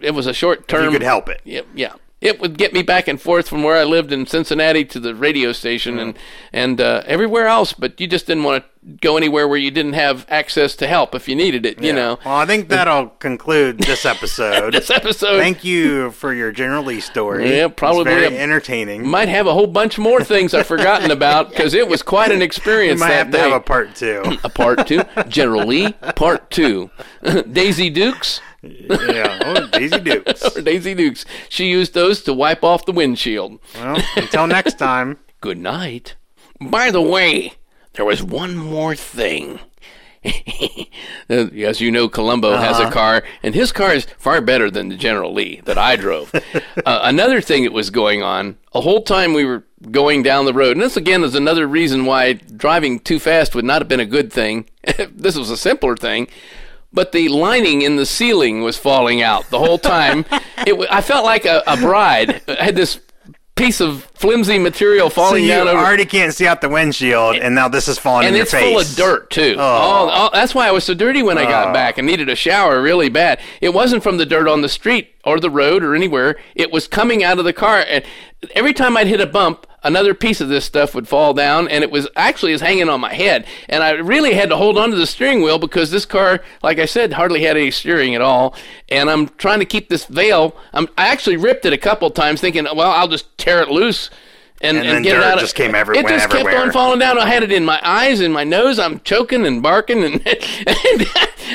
D: it was a short term.
C: You could help it.
D: Yeah, yeah. It would get me back and forth from where I lived in Cincinnati to the radio station and and uh, everywhere else. But you just didn't want to go anywhere where you didn't have access to help if you needed it. You know.
C: Well, I think that'll conclude
D: [laughs]
C: this episode.
D: This episode
C: Thank you for your General Lee story.
D: Yeah,
C: It's
D: probably
C: very
D: a-
C: entertaining.
D: might have a whole bunch more things I've
C: [laughs]
D: forgotten about because it was quite an
C: we
D: experience.
C: might
D: that
C: have to
D: day.
C: have a part two.
D: [laughs] a part two. General Lee, part two. [laughs] Daisy Dukes
C: yeah. Oh, Daisy
D: [laughs]
C: Dukes.
D: or Daisy Dukes. She used those to wipe off the windshield.
C: Well, until next time.
D: Good night. By the way, there was one more thing. Uh, As you know, Columbo has
C: Uh-huh.
D: a car, and his car is far better than the General Lee that
C: [laughs]
D: I drove. uh, another thing that was going on, a whole time we were going down the road, and this again is another [laughs] reason why driving too fast would not have been a good thing. this was a simpler thing. but the lining in the ceiling was falling out the
C: [laughs]
D: whole time. it, w- I felt like a, a bride I had this piece of flimsy material
C: So
D: falling
C: you
D: down over.
C: already can't see out the windshield, and now this is falling
D: and
C: in your
D: it's full
C: face. Oh.
D: of dirt too. All, all, that's why I was so dirty when I got back and needed a shower really bad. It wasn't from the dirt on the street or the road or anywhere. It was coming out of the car, and every time I'd hit a bump, another piece of this stuff would fall down, and it was actually it was hanging on my head. And I really had to hold on to the steering wheel because this car, like I said, hardly had any steering at all. And I'm trying to keep this veil. I'm, I actually ripped it a couple times, thinking, well, I'll just tear it loose. And,
C: And
D: and,
C: then
D: get it
C: dirt
D: out of-
C: just came every-
D: It just
C: went
D: kept on
C: everywhere.
D: falling falling down. I had it in my eyes, in my nose. I'm choking and barking, and, [laughs] and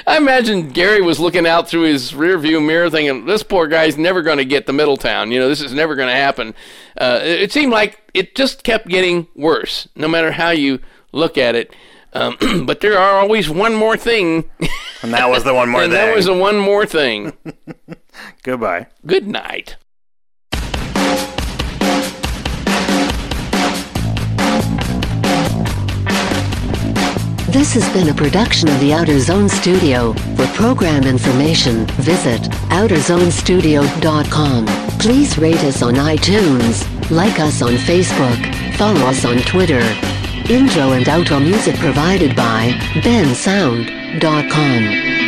D: I imagine Gary was looking out through his rearview mirror, thinking, "This poor guy's never going to get to Middletown. You know, this is never going to happen." Uh, it, it seemed like it just kept getting worse, no matter how you look at it. Um, [clears throat] but there are always one more thing,
C: And that was the one more
D: [laughs] and
C: thing.
D: that was the one more thing.
C: Goodbye.
D: Good night.
B: This has been a production of the Outer Zone Studio. For program information, visit OuterZoneStudio.com. Please rate us on iTunes, like us on Facebook, follow us on Twitter. Intro and outro music provided by BenSound.com.